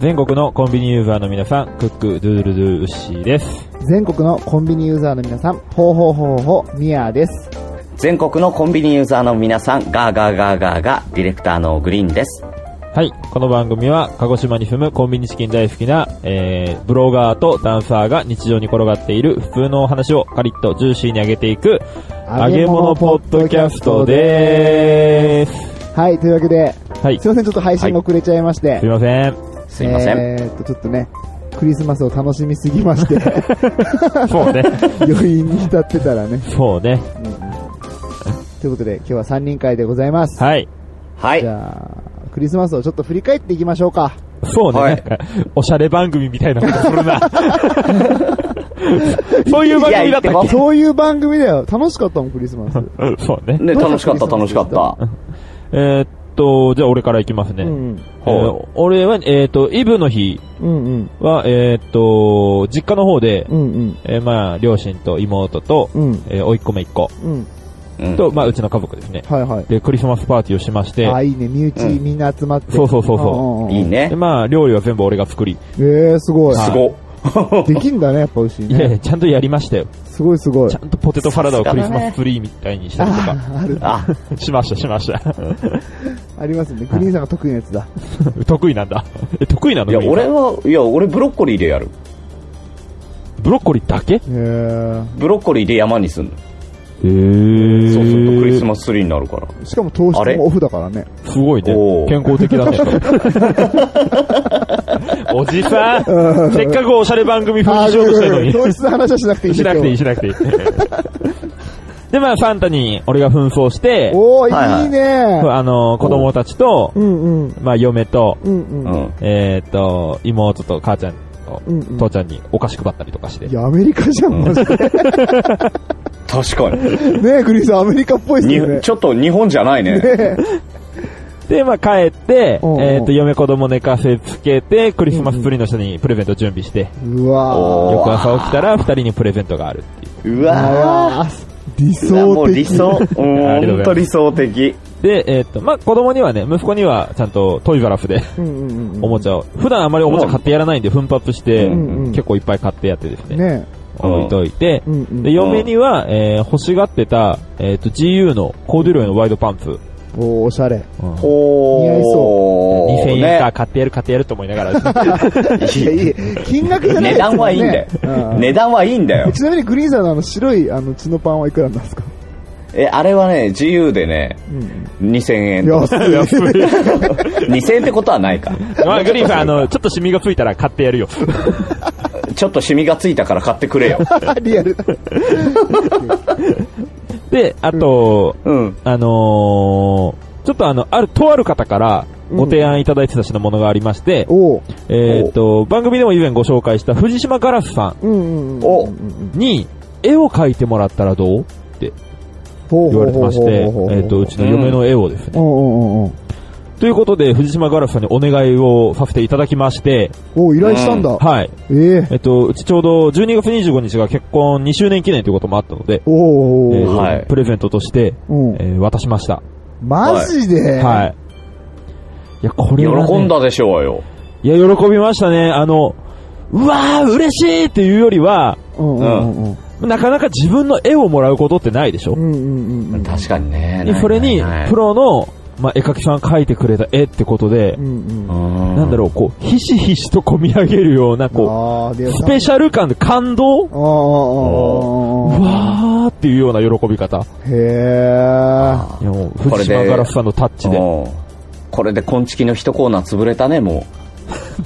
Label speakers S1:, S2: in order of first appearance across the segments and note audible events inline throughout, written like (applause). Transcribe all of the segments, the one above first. S1: 全国のコンビニユーザーの皆さん、クックドゥールドゥウッシーです。
S2: 全国のコンビニユーザーの皆さん、ほうほうほうほう、ミアーです。
S3: 全国のコンビニユーザーの皆さん、ガーガーガーガーガー、ディレクターのグリーンです。
S1: はい、この番組は鹿児島に住むコンビニチキン大好きな、えー、ブロガーとダンサーが日常に転がっている普通のお話をカリッとジューシーに上げていく、揚げ物ポッドキャストでーす。
S2: はい、というわけで、
S1: はい、
S2: すい
S1: す
S2: ません、ちょっと配信が遅れちゃいまして。
S1: いません。
S3: すいません。
S2: えーっと、ちょっとね、クリスマスを楽しみすぎまして、
S3: (laughs)
S1: そうね。
S2: 余韻に浸ってたらね。
S1: そうね。
S2: ということで、今日は3人会でございます。
S1: はい。
S3: は
S2: じ
S3: い。
S2: ゃあ、クリスマスをちょっと振り返っていきましょうか。
S1: そうね、
S3: はい
S1: なんか、おしゃれ番組みたいなことする
S3: (laughs)
S1: な。そういう番組だったっ
S3: いや言ってます
S2: そういう番組だよ。楽しかったもん、クリスマス。
S1: けうんそうね。
S3: (laughs) ね、
S2: どうぞ
S3: 楽しかった、
S2: ク
S3: 楽
S2: リ
S3: し
S2: ス
S3: か
S2: マス
S3: った。
S1: えーっと、じゃあ俺から行きますね。
S2: うん。
S1: えー俺は、えーっと、イブの日
S2: うんうん。
S1: は、えーっと、実家の方で、
S2: うんうん。
S1: えーまあ、両親と妹と、
S2: うん。
S1: えー、甥っ子めっ子
S2: うん。
S3: うん
S1: と、まあ、うちの家族ですね。
S2: はいはい。
S1: で、クリスマスパーティーをしまして、
S2: あ、いいね。身内
S3: うん
S2: みんな集まって。
S1: そうそうそうそ
S2: うんうんうん
S3: いいね
S1: で、。まあ、料理は全部俺が作り、
S2: えー、すごい。
S3: すご。
S2: できんだね、やっぱ牛
S1: いやい
S2: ね。
S1: や、ちゃんとやりましたよ。
S2: すごいすごい
S1: ちゃ。んとポテトサラダをクリスマスツリーみたいにしたりとか、
S2: あ、ある、
S3: あ、
S1: しました、しました。
S2: ありますね。グリーンさんが得意なやつだ。
S1: 得意なんだ。え、得意なの
S3: いや、
S1: グリーンさ
S3: 俺
S1: ん
S3: は、いや、俺ブロッコリーでやる。
S1: ブロッコリーだけへ
S2: へー
S3: ブロッコリーで山に住む。
S1: え
S3: そうするとクリスマスツリーになるから。
S2: しかも糖
S3: あ
S2: 質
S3: れ
S2: もオフだからね。
S1: すごいね
S3: お。ー
S1: 健康的だね。 (laughs) おじさん、せっかくおしゃれ番組風にしようとしてるの
S2: ごめんごめん
S1: に。
S2: (laughs) 糖質の話はしなくていい
S1: しなくていい、しなくていい。 (laughs) で、まあ、サンタに俺が紛争して、
S2: お
S3: はいは
S2: ー、
S3: い
S2: いいね
S1: あの、子供たちと
S2: う、んうん。
S1: まあ、嫁と、
S2: うん
S3: う
S2: うん。
S3: ん。
S1: えーっと、妹と母ちゃんと
S2: うんうん
S1: 父ちゃんにお菓子配ったりとかして
S2: い。や、アメリカじゃん、
S3: うん
S2: マジで。
S3: 確か
S2: (laughs)
S3: に。
S2: ねえ、グリーンさん、アメリカっぽいっす
S3: に
S2: よね。
S3: ちょっと日本じ
S2: (laughs)
S3: ゃないね。
S2: ね
S1: で、まあ、帰って、
S2: おうおう
S1: えーっと、嫁子供寝かせつけて、クリスマスツリーの下にプレゼント準備して、
S2: えうわ
S3: おー
S1: 翌朝起きたら二人にプレゼントがあるっていう
S2: ー
S3: わ
S2: あー理
S3: ぁ。いやも
S2: 想
S3: う
S2: 的。
S3: 理想。うん、
S1: ありがとうございます
S3: ほんと理想的。
S1: う。で、えーっと、まあ、子供にはね、息子にはちゃんとトイザラスで、
S2: うんうんうんうん。
S1: おもちゃを、普段あまりおもちゃ買ってやらないんで、奮発して、
S3: うん
S2: うん
S1: 結構いっぱい買ってやってですね、
S2: ね
S3: うん
S1: 置いといて
S2: え。、うんうん。
S1: で、嫁には、えー欲しがってた、えーっと、GU のコーデュロイのワイドパンツ、
S2: おー、おしゃれ。
S1: うん
S3: おー。
S2: 似合い
S1: 2000
S3: ね
S1: 円か、買ってやる買ってやると思いながら、 (laughs)
S2: いやいい金額じゃないですも
S3: 値段
S2: んね
S3: はいいんだよ。
S2: うん
S3: 値段はいいんだ
S2: (laughs)
S3: よ。
S2: ちなみにグリーンさんのあの白いあの血のパンはいくらなんですか
S3: え、あれはね、自由でね、
S2: うん。
S3: 2000円。
S2: 安い。安い。
S3: 2000円ってことはないか。
S1: まあ、グリーンさん、あの、ちょっとシミがついたら買ってやる
S2: (laughs)
S1: よ。
S3: ちょっとシミがついたから買ってく
S1: (laughs)
S3: れよ。
S2: (laughs) リアルだ。
S1: で、あと、
S3: うん。
S1: あのー、ちょっとあの、ある、とある方からご提案いただいてた品物がありまして、
S2: おう。
S1: えーっと、番組でも以前ご紹介した藤島ガラスさ
S2: うんうんうん。
S3: お
S2: うんうん
S1: んに、絵を描いてもらったらどうって
S2: ほう
S1: 言
S2: ほ
S1: わ
S2: う
S1: れて
S2: ほうほうほう。
S1: まして、えーっと、うちの嫁の絵をです
S2: う
S1: ね。
S2: んうんうんうん。
S1: ということで、藤島ガラスさんにお願いをさせていただきまして、
S2: おう、依頼したんだ。
S1: はい。
S2: ええ
S1: えっと、うちちょうど12月25日が結婚2周年記念ということもあったので、
S2: おう
S1: え
S2: おう
S1: ー
S2: おう。
S3: はい
S1: プレゼントとして、
S2: うん
S1: え。ー渡しました。
S2: マジで
S1: はい。いや、これは、ね、
S3: 喜んだでしょうよ。
S1: いや、喜びましたね。あの、うわー、嬉しいっていうよりは、
S2: うんうんうんうん。
S1: なかなか自分の絵をもらうことってないでしょ
S2: う。んうんうんうん。
S3: 確かにね。
S1: でそれに
S3: ないない、
S1: プロの、まあ、絵描きさんが描いてくれた絵ってことで
S2: う、んうん。
S1: な
S3: なん
S1: だろう、こう、ひしひしとこみ上げるような、こ
S2: ああ、で
S1: う、スペシャル感で感動
S2: ああ、
S1: う
S2: ああ、ああ。
S1: わーっていうような喜び方。
S2: へえ。
S1: いやもう、
S3: こ
S1: 藤
S3: れで
S1: 島ガラスさんのタッチで。ど
S3: うんこれで昆虫の一コーナー潰れたね、も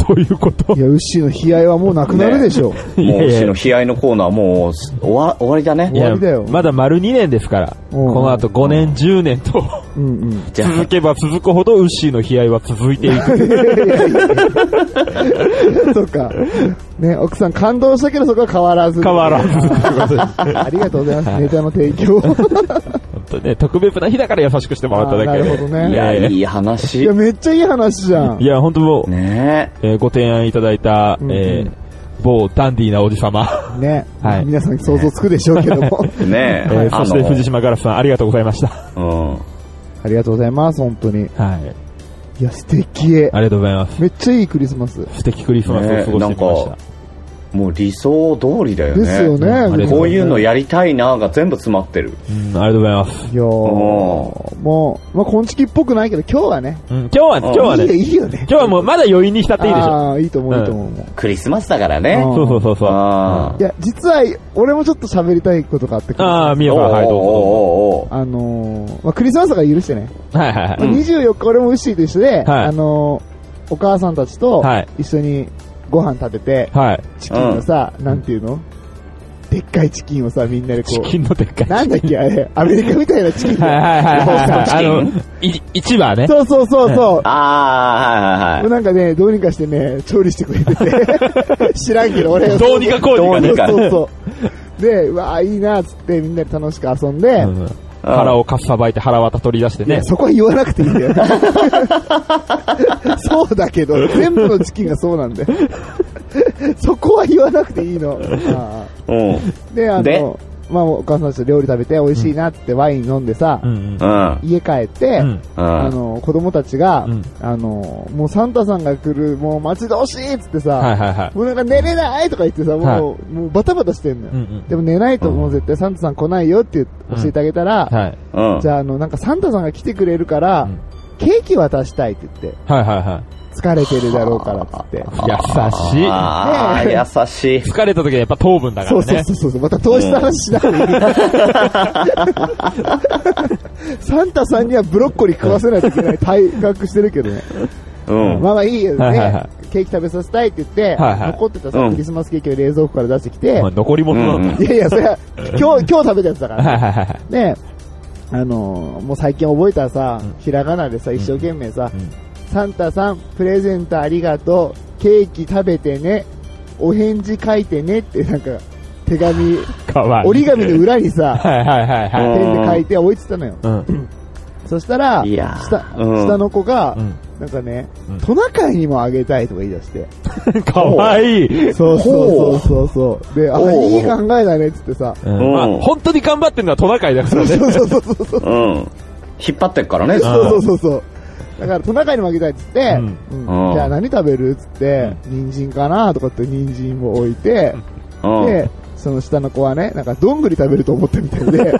S1: ういうこと
S2: いや、ウッシーの悲哀はもうなくなるでしょ。
S3: う。
S1: い
S3: も
S1: や
S3: う、
S1: いうや
S3: ちの悲哀のコーナーもうす終わ終わりだ
S1: い
S3: ね。
S1: や
S2: 終わりだよ
S1: まだ丸2年ですから、こ
S2: うん
S1: の後5年、10年と、
S2: うんうん。
S3: じゃ
S1: 続けば続くほど、ウッシーの悲哀は続いていく。
S2: (laughs) そっか。ね、奥さん感動したけどそこは変わらず。
S3: (laughs)
S1: 変わらず。
S2: ありがとうございます。ネタの提供。
S1: とね、特別な日だから優しくしてもらっただけ
S2: あーな
S1: で。
S2: るほどね
S3: いや、
S1: ええ
S3: いい
S2: い
S3: 話
S2: や、。めっちゃいい話じゃん。
S1: いや、本当もう、
S3: ね
S1: えーご提案いただいた、
S2: うんうん
S1: えー某ダンディーなおじさま、
S2: ね。
S1: はい
S2: 皆さん想像つくでしょうけど
S1: (laughs)
S2: も。
S3: え。ね
S1: え
S3: え。
S1: ーそして藤島ガラスさん、ありがとうございました。
S3: うん。
S2: ありがとうございます、本当に。
S1: はい。
S2: いや、素敵。
S1: ありがとうございます。
S2: めっちゃいいクリスマス。
S1: 素敵クリスマスを過ごしてきました。
S3: ねもう理想通りだよね。
S2: ですよね。
S1: うんありがと
S3: こういうの
S2: い
S3: やりたいなが全部詰まってる。
S1: うん、ありがとうございます。
S2: やーもう、まあ、こんちきっぽくないけど、今日はね。
S1: うん、今日は、今日はね、
S2: いいよ、いいよね。
S1: 今日はもうまだ余韻に浸っていいでしょ。
S2: ああ、いいと思う、いいと思う。
S3: クリスマスだからね
S2: う。ん
S1: そうそうそうそう。
S3: あ
S2: いや、実は、俺もちょっと喋りたいことがあって、
S1: ああ、みやさん、はい、どうぞど
S3: おーおーおーおー
S2: あのーまあ、クリスマスだから許してね。
S1: うぞ。はいはいは
S2: まあ
S1: い。
S3: うん
S2: 24日、俺もウッシーと一緒で、
S1: はい
S2: あのーお母さんたちと
S1: はい
S2: 一緒にご飯食べて、
S1: はい。
S2: チキンのさ、なんていうのでっかいチキンをさ、みんなでこ
S1: チキ
S2: う、
S1: ンのでっかい。
S2: なんだっけ、あれ、アメリカみたいなチキン
S1: はい
S2: だよ
S1: はいはいはい
S3: ロースト
S1: はい。あの
S3: チキ、
S1: い、一番ね。
S2: そうそうそうそう。
S3: あー、はいはい
S2: もう
S3: はい。
S2: なんかね、どうにかしてね、調理してくれてて、 (laughs) 知らんけど俺、
S1: どうにかこうにかね。
S3: どうにか
S2: そうそう。で、うわあいいなっつってみんなで楽しく遊んで、
S1: うんうん腹をかっさばいて腹渡取り出して
S2: いや
S1: ね。
S2: そこは言わなくていい
S1: (laughs)
S2: んだよ。そうだけど、全部のチキンがそうなんだよ。そこは言わなくていいの。あ
S3: うん。
S2: あで、あ
S3: で
S2: の、まあ、お母さんたちと料理食べて美味しいなってワイン飲んでさ、
S1: うんうん。
S3: うん。
S2: 家帰って、
S1: うん。
S2: あ
S3: うん。
S2: の、子供たちが、
S1: うん
S2: あの、もうサンタさんが来る、もう待ち遠しいっつってさ、
S1: はいはいはい。
S2: もうなんか寝れないとか言ってさ、もう、
S1: はい
S2: もうバタバタしてんのよ。
S1: うんうん。
S2: でも寝ないともう絶対サンタさん来ないよって教えてあげたら、
S1: はい。
S3: うん
S2: じ。ゃああの、なんかサンタさんが来てくれるから、
S1: うん
S2: ケーキ渡したいって言って、
S1: はいはいは
S2: 疲れてるだろうからってって。
S1: い。優しい。
S3: あ
S2: ねえ
S3: ー、優しい。
S1: 疲れた時はやっぱ糖分だか
S2: そう
S1: ら
S2: そう
S1: ね。
S2: そうそう、また投資の話しな
S1: (laughs)
S2: がら。サンタさんにはブロッコリー食わせないといけない体格してるけどね。
S3: うん。
S2: まあまあいいよね、
S1: はいはいは
S2: ケーキ食べさせたいって言って、
S1: はいはい
S2: 残ってたさ、
S3: うん
S2: クリスマスケーキを冷蔵庫から出してきて、
S1: まあ残り物なんだ。
S2: いやいや、それ
S1: (laughs)
S2: は、今日、今日食べたやつだから。
S1: はいはいはい。
S2: ねあのーもう最近覚えたさ、ひらがなでさ、一生懸命さ、
S1: うん
S2: サンタさん、プレゼントありがとう、ケーキ食べてね、お返事書いてねって、なんか、手紙、
S1: かわいい。
S2: 折り紙の裏にさ、
S1: はいはいはいはい。
S2: ペンで書いて置いてたのよ。
S1: うん。
S2: そしたら、
S3: いやー
S2: 下、
S3: うん
S2: 下の子が、
S1: うん
S2: なんかね
S1: うん、
S2: トナカイにもあげたいとか言い出して。
S1: (laughs) かわいい。
S2: そうそうそうそうそう。で、あ、
S3: おう
S2: いい考えだねっつってさ。
S1: うんまあ本当に頑張ってるのはトナカイだからね。
S2: そうそうそうそうそう。
S3: うん。引っ張ってっからね。
S1: ん
S2: (laughs) そうそうそうそう。だからトナカイに負けたいっつって、
S1: うん
S2: うん
S3: うん
S2: じゃあ何食べるっつって、人参かなとかって人参を置いて、
S3: うん。
S2: で、その下の子はね、なんかどんぐり食べると思ったみたいで、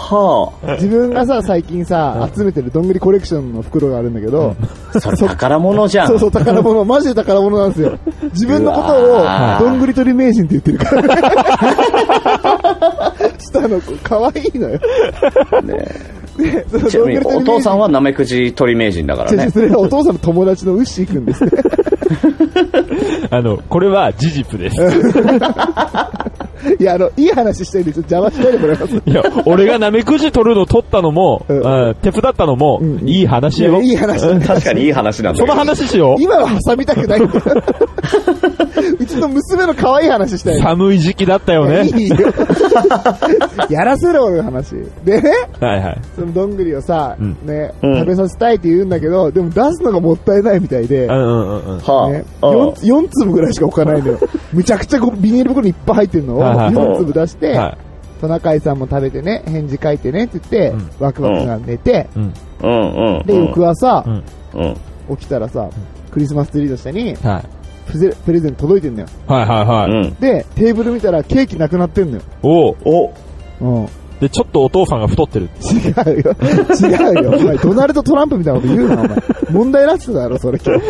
S3: は
S2: 自分がさ、最近さ、集めてるどんぐりコレクションの袋があるんだけど、
S3: あ。それ宝物じゃん。
S2: そうそう、宝物、マジで宝物なんです
S3: (laughs)
S2: よ。自分のこと
S3: う
S2: を
S3: わ、ー
S2: どんぐり取り名人って言ってる
S3: (laughs)
S2: から。下の子、可愛いのよ。
S3: ね
S2: で、その
S3: ちな
S2: どんぐ
S3: みに
S2: り取
S3: お
S2: り
S3: 父
S2: 名
S3: さ
S2: 人
S3: んはナメクジ鳥名人だから
S2: 違う違う
S3: ね。
S2: それはお父さんの友達のウッシーくんですね。
S1: あの、これは事実です。
S2: いや、あの、いい話してるんで、ちょっと邪魔しないでもらえます。
S1: いや、俺がナメクジ取るの取ったのも、
S2: うん
S1: うん手伝ったのも
S2: うんう、ん
S1: いい話よ
S2: い。やいい話だね
S3: 確かにいい話なんだ
S1: そ
S3: けど
S1: の話しよう。
S2: 今は挟みたくないんだようちの娘の可愛い話したいの。
S1: 寒い時期だったよね。
S2: いいよやらせろ、俺の話。でね、
S1: はいはい。
S2: そのどんぐりをさ、
S1: うん
S2: ね、
S3: うん
S2: 食べさせたいって言うんだけど、でも出すのがもったいないみたいで
S1: う、んうんうんうん。
S2: ね
S3: は、
S2: 4, 4粒ぐらいしか置かないのよ。むちゃくちゃこうビニール袋にいっぱい入ってるのを
S1: はいはい
S2: 4粒出して、
S1: は
S2: トナカイさんも食べてね、返事書いてねって言って、
S1: うん
S2: ワクワクが寝て、
S1: い。うん。
S3: あ。うんうん。
S2: で、翌朝
S1: う、ん。
S3: うん。
S2: 起きたらさ、クリスマスツリーの下に
S1: はい。
S2: プゼプレゼント届いてんのよ。
S1: はいはいはい。
S3: うん。
S2: で、テーブル見たらケーキなくなってんのよ。
S1: おう
S3: お、
S2: うん。
S1: で、ちょっとお父さんが太ってる。
S2: 違うよ。違うよ。お前、ドナルド・トランプみたいなこと言うな、お前。問題なってただろ、それ (laughs) 今日。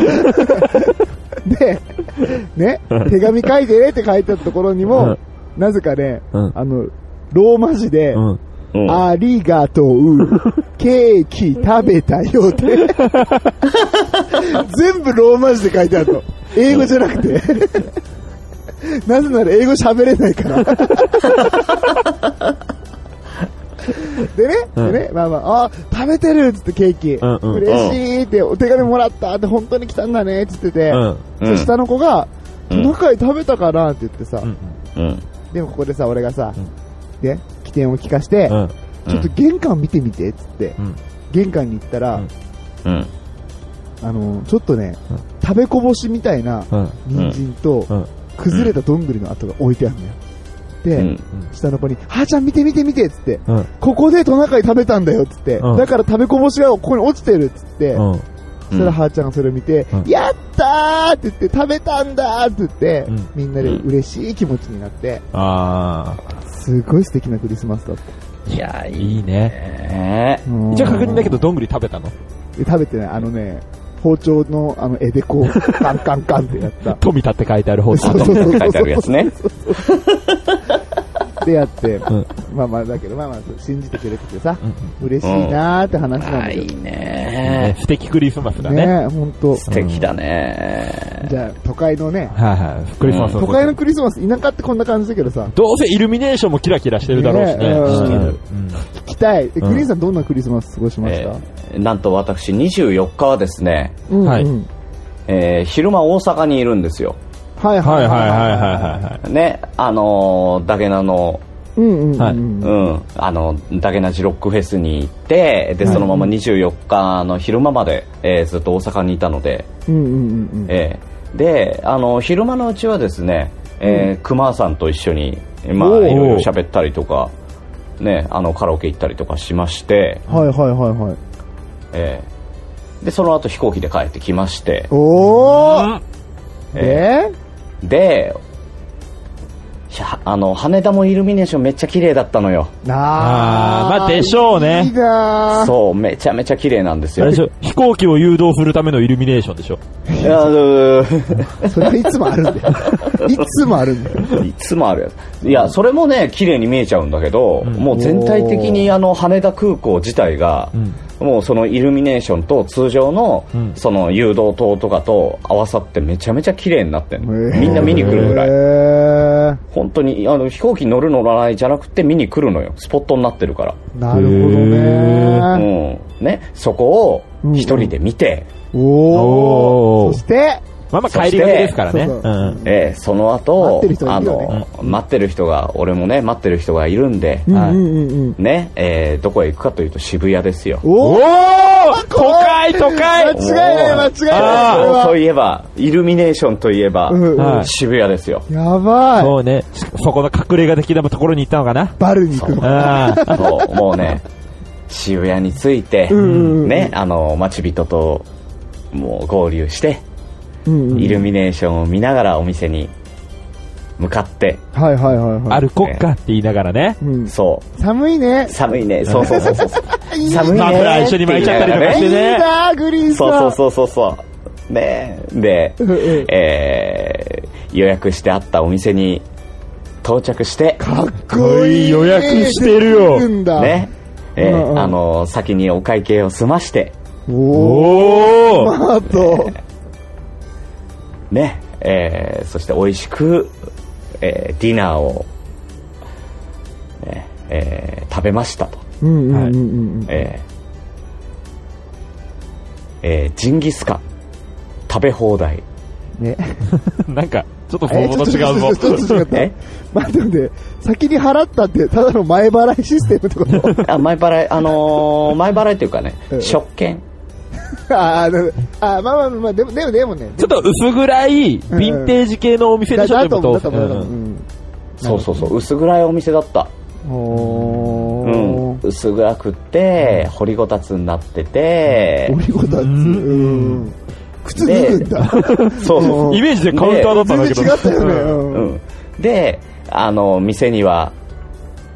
S2: で、ね、手紙書いてねって書いてあったところにも、なぜかね、
S1: うん
S2: あの、ローマ字で、
S1: うん。
S3: うん。
S2: ありがと
S1: (laughs)
S2: う、ケーキ食べたよって。全部ローマ字で書いてあるの。英語じゃなくて。なぜなら英語喋れな
S1: (laughs)
S2: いから。でね、
S1: うん
S2: でね、まあまあ、あー食べてるっつってケーキ。
S1: うんうん
S2: 嬉しいって、お手紙もらったって本当に来たんだねっつってて、
S1: うん。
S3: うん
S2: そ下の子が、ト
S3: うん
S2: ナカイ食べたかなって言ってさ、
S1: うん。
S3: うん。
S2: でもここでさ、俺がさ、
S1: うん
S2: で、起点を聞かして、
S1: うん。
S2: ちょっと玄関見てみてっつって、
S1: うん
S2: 玄関に行ったら、
S1: うん
S3: うん。
S2: あのちょっとね、
S1: うん
S2: 食べこぼしみたいな
S1: うん。
S2: 人参と、
S1: うん
S2: 崩れたどんぐりの跡が置いてあるのよ。
S3: う
S2: で、
S3: ん。
S2: 下の子に、はーちゃん見て見て見てっつって、
S1: うん。
S2: ここでトナカイ食べたんだよっつって、
S1: うん
S2: だから食べこぼしがここに落ちてるっつって、
S1: うん。
S2: そしたらはーちゃんがそれを見て、
S1: うん
S2: やったーって言って、食べたんだーって言って、
S1: うん
S2: みんなで嬉しい気持ちになって、
S1: あ
S2: すごい素敵なクリスマスだった。
S3: いや、
S1: ー、
S3: いい
S1: いいね。
S3: ね。
S2: うん
S1: 一応確認だけど、どんぐり食べたの
S2: で食べてない、あのね、包丁のあの絵でこ
S1: (laughs)
S2: う、カンカンカンってやった。
S1: 富田って書いてある方
S2: そ
S1: 針
S2: う
S1: と。
S2: そうそう
S3: 書いてあるやつね。
S2: でやって、
S1: ん
S2: まあまあだけど、まあまあ信じてくれててさ、
S1: うん
S2: 嬉しいなーって話なんだけど。
S3: いい
S1: ね
S3: ね。
S1: 不敵クリスマスだね。
S2: ねえ、ほんと。
S3: 素敵だね。
S2: じゃあ、都会のね、
S1: はいはい。クリスマス
S2: 都会のクリスマス、田舎ってこんな感じだけどさ、
S1: どうせイルミネーションもキラキラしてるだろうしね。
S2: ねうん
S1: うん
S2: 聞きたい。え、ク
S1: うん
S2: リーンさんどんなクリスマス過ごしまし
S3: え
S2: た
S3: ーなんと私24日はですね、
S2: うんうん
S1: はい
S3: えー昼間大阪にいるんですよ。
S2: はい
S1: は
S2: はいい
S1: はいはい
S2: は
S1: はいはい
S2: いは
S1: はい。
S3: ね、あのー、ダゲナの、
S2: い。うんうん
S1: は
S2: う
S1: い
S2: ん。
S3: うん、あの、ダゲナジロックフェスに行って、で、
S2: はい
S3: そのまま24日の昼間まで、えーずっと大阪にいたので、
S2: うんうんうんうん。
S3: えーで、あの、昼間のうちはですね、えー、熊さんと一緒に、まあ、
S2: おー
S3: いろいろ喋ったりとか、ね、あの、カラオケ行ったりとかしまして、
S2: はいはいはいはい。
S3: えーで、その後飛行機で帰ってきまして、
S2: おー
S3: え
S2: で
S3: ーで、いやあの、羽田もイルミネーションめっちゃ綺麗だったのよ。
S2: な
S1: あーまあでしょうね
S2: いいなー
S3: そう、めちゃめちゃ綺麗なんです
S1: あ
S3: よ。
S1: れでしょ飛行機を誘導するためのイルミネーションでしょ
S3: いやあのー
S2: (laughs) それはいつもあるんだ
S3: (laughs)
S2: よ。いつもあるんだよ。
S3: いつもあるやつ。いや、それもね、綺麗に見えちゃうんだけど、もう全体的にあの、羽田空港自体が、
S1: ん
S3: もうそのイルミネーションと通常の、
S1: うん
S3: その誘導灯とかと合わさってめちゃめちゃ綺麗になってんの
S2: へー
S3: (laughs) みんな見に来るぐらい。
S2: へ
S3: 本当に、あの、飛行機乗る乗らないじゃなくて見に来るのよ。スポットになってるから。
S2: ーなるほど
S3: う
S2: ね。
S3: ん。ね、そこ
S2: う
S3: を
S2: ん
S3: 一人で見て、
S2: お
S1: おー
S2: ー。そして、
S1: まあまあ帰りがけですからね。
S2: そうそう
S1: うん
S3: えーその後
S2: 待ってる人が
S3: あ
S2: いるよね
S3: の、待ってる人が俺もね待ってる人がいるんで、
S2: うん
S1: はい
S2: うんうんうん。
S3: ね、えーどこへ行くかというと渋谷ですよ
S2: お
S1: お
S2: ー
S1: ー都会都会
S2: 間違いない間違い
S1: あー
S2: ないこれ
S3: そう
S2: は。
S3: いえばイルミネーションといえば、
S2: うんうん
S1: はい
S3: 渋谷ですよ
S2: やばい。
S1: そうね。そこの隠れ家的なところに行ったのかな
S2: バルに行くの。
S1: あー
S3: そうもうね渋谷について、
S2: うんうんうん
S3: ねあの町人ともう合流して、
S2: うんうん
S3: イルミネーションを見ながらお店に向かって
S2: はいはいはいはい。
S1: 歩こっかって言いながらね。
S2: うん
S3: そう
S2: 寒いね。
S3: 寒
S2: (laughs)
S3: いねそうそうそうそうそう
S2: いい
S3: 寒いね
S1: マフラー一緒に巻いちゃったりとかし
S2: い
S1: て
S2: い
S1: ね。
S2: なグリーンさん。
S3: そ
S2: (laughs)
S3: うそうそうそうそうねで
S2: うんうん
S3: えー予約してあったお店に到着して、
S2: かっこいい。
S1: 予約してるよ
S2: できんだ。
S3: ね、えー
S2: うんうん
S3: あのー先にお会計を済まして、
S2: おー。
S1: おー
S2: あと、
S3: ね、えーそして美味しく、えーディナーを、ねえー食べましたと。
S2: うんうんうんうん。
S3: えーえージンギスカン、食べ放題。
S2: ね。
S1: (laughs) なんか、ちょっと
S2: え
S1: 本物と違うぞ。
S2: ちょっとちょっと違
S3: え
S2: った。待って待って、先に払ったって、ただの前払いシステムってこと
S3: あ前払い、
S2: (laughs)
S3: あのー前払いというかね
S2: う、ん
S3: 食券。
S2: あーなるあー、まあまあまあ、でも、でも、でもね。
S1: ちょっと薄暗い、ヴィンテージ系のお店で
S2: だ
S1: しょ、
S2: だと思う、だと
S1: で
S2: 思う、だと
S1: も
S2: 思う。うん
S3: そうそうそう、薄暗いお店だった。
S2: お
S3: う
S2: ー
S3: ん、。薄暗くて、掘りごたつになってて、
S2: 折りごたつ。うん。靴脱ぐんだ。
S3: そうそう
S1: イメージでカウンターだったんだけ
S2: 全
S1: ど。
S2: 然違ったよね。
S3: う
S2: うん
S3: ん、であの店には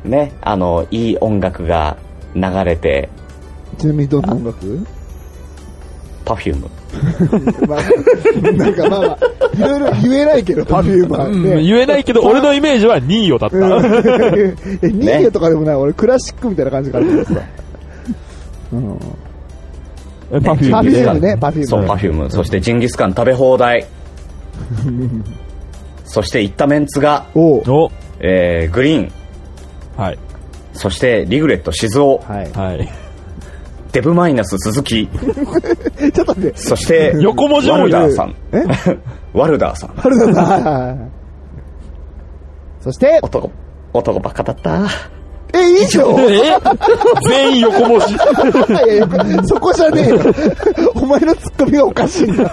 S3: ねあのいい音楽が流れて
S2: ちなみにどんな音楽
S3: パフューム
S2: まあ、なんかまあまあ、いろいろ言えないけど、パフュームは
S1: うん
S2: ね。
S1: 言えないけど、俺のイメージはニーヨだった。
S2: うんえ、ニーとかでもない、俺クラシックみたいな感じがあるんですよ。うん
S1: パフュー
S2: パフ
S1: ム
S2: ュ
S1: で
S2: ームね、パフュー
S3: そ
S2: ム
S3: う
S2: ね。
S3: パフュームそしてジンギスカン食べ
S2: (laughs)
S3: 放題そして行ったメンツが、
S2: おう
S1: お
S3: えーグリーン
S1: はい。
S3: そしてリグレット静雄
S2: はい。
S1: はい。
S3: デブマイナス鈴木
S2: ちょっと待って、
S3: そ
S2: (laughs)
S3: して
S1: 横文字
S3: ワ
S1: 多
S3: ル
S1: い
S3: ダ
S1: な
S3: ーさん
S2: え
S3: (laughs) ワルダーさん
S2: パルダさん。そして、
S3: 男男ばっかだった (laughs)
S2: え、以上
S1: (laughs) え全員横文字。
S2: いやいやそこじゃねえよ。お前のツッコミがおかしいんだ。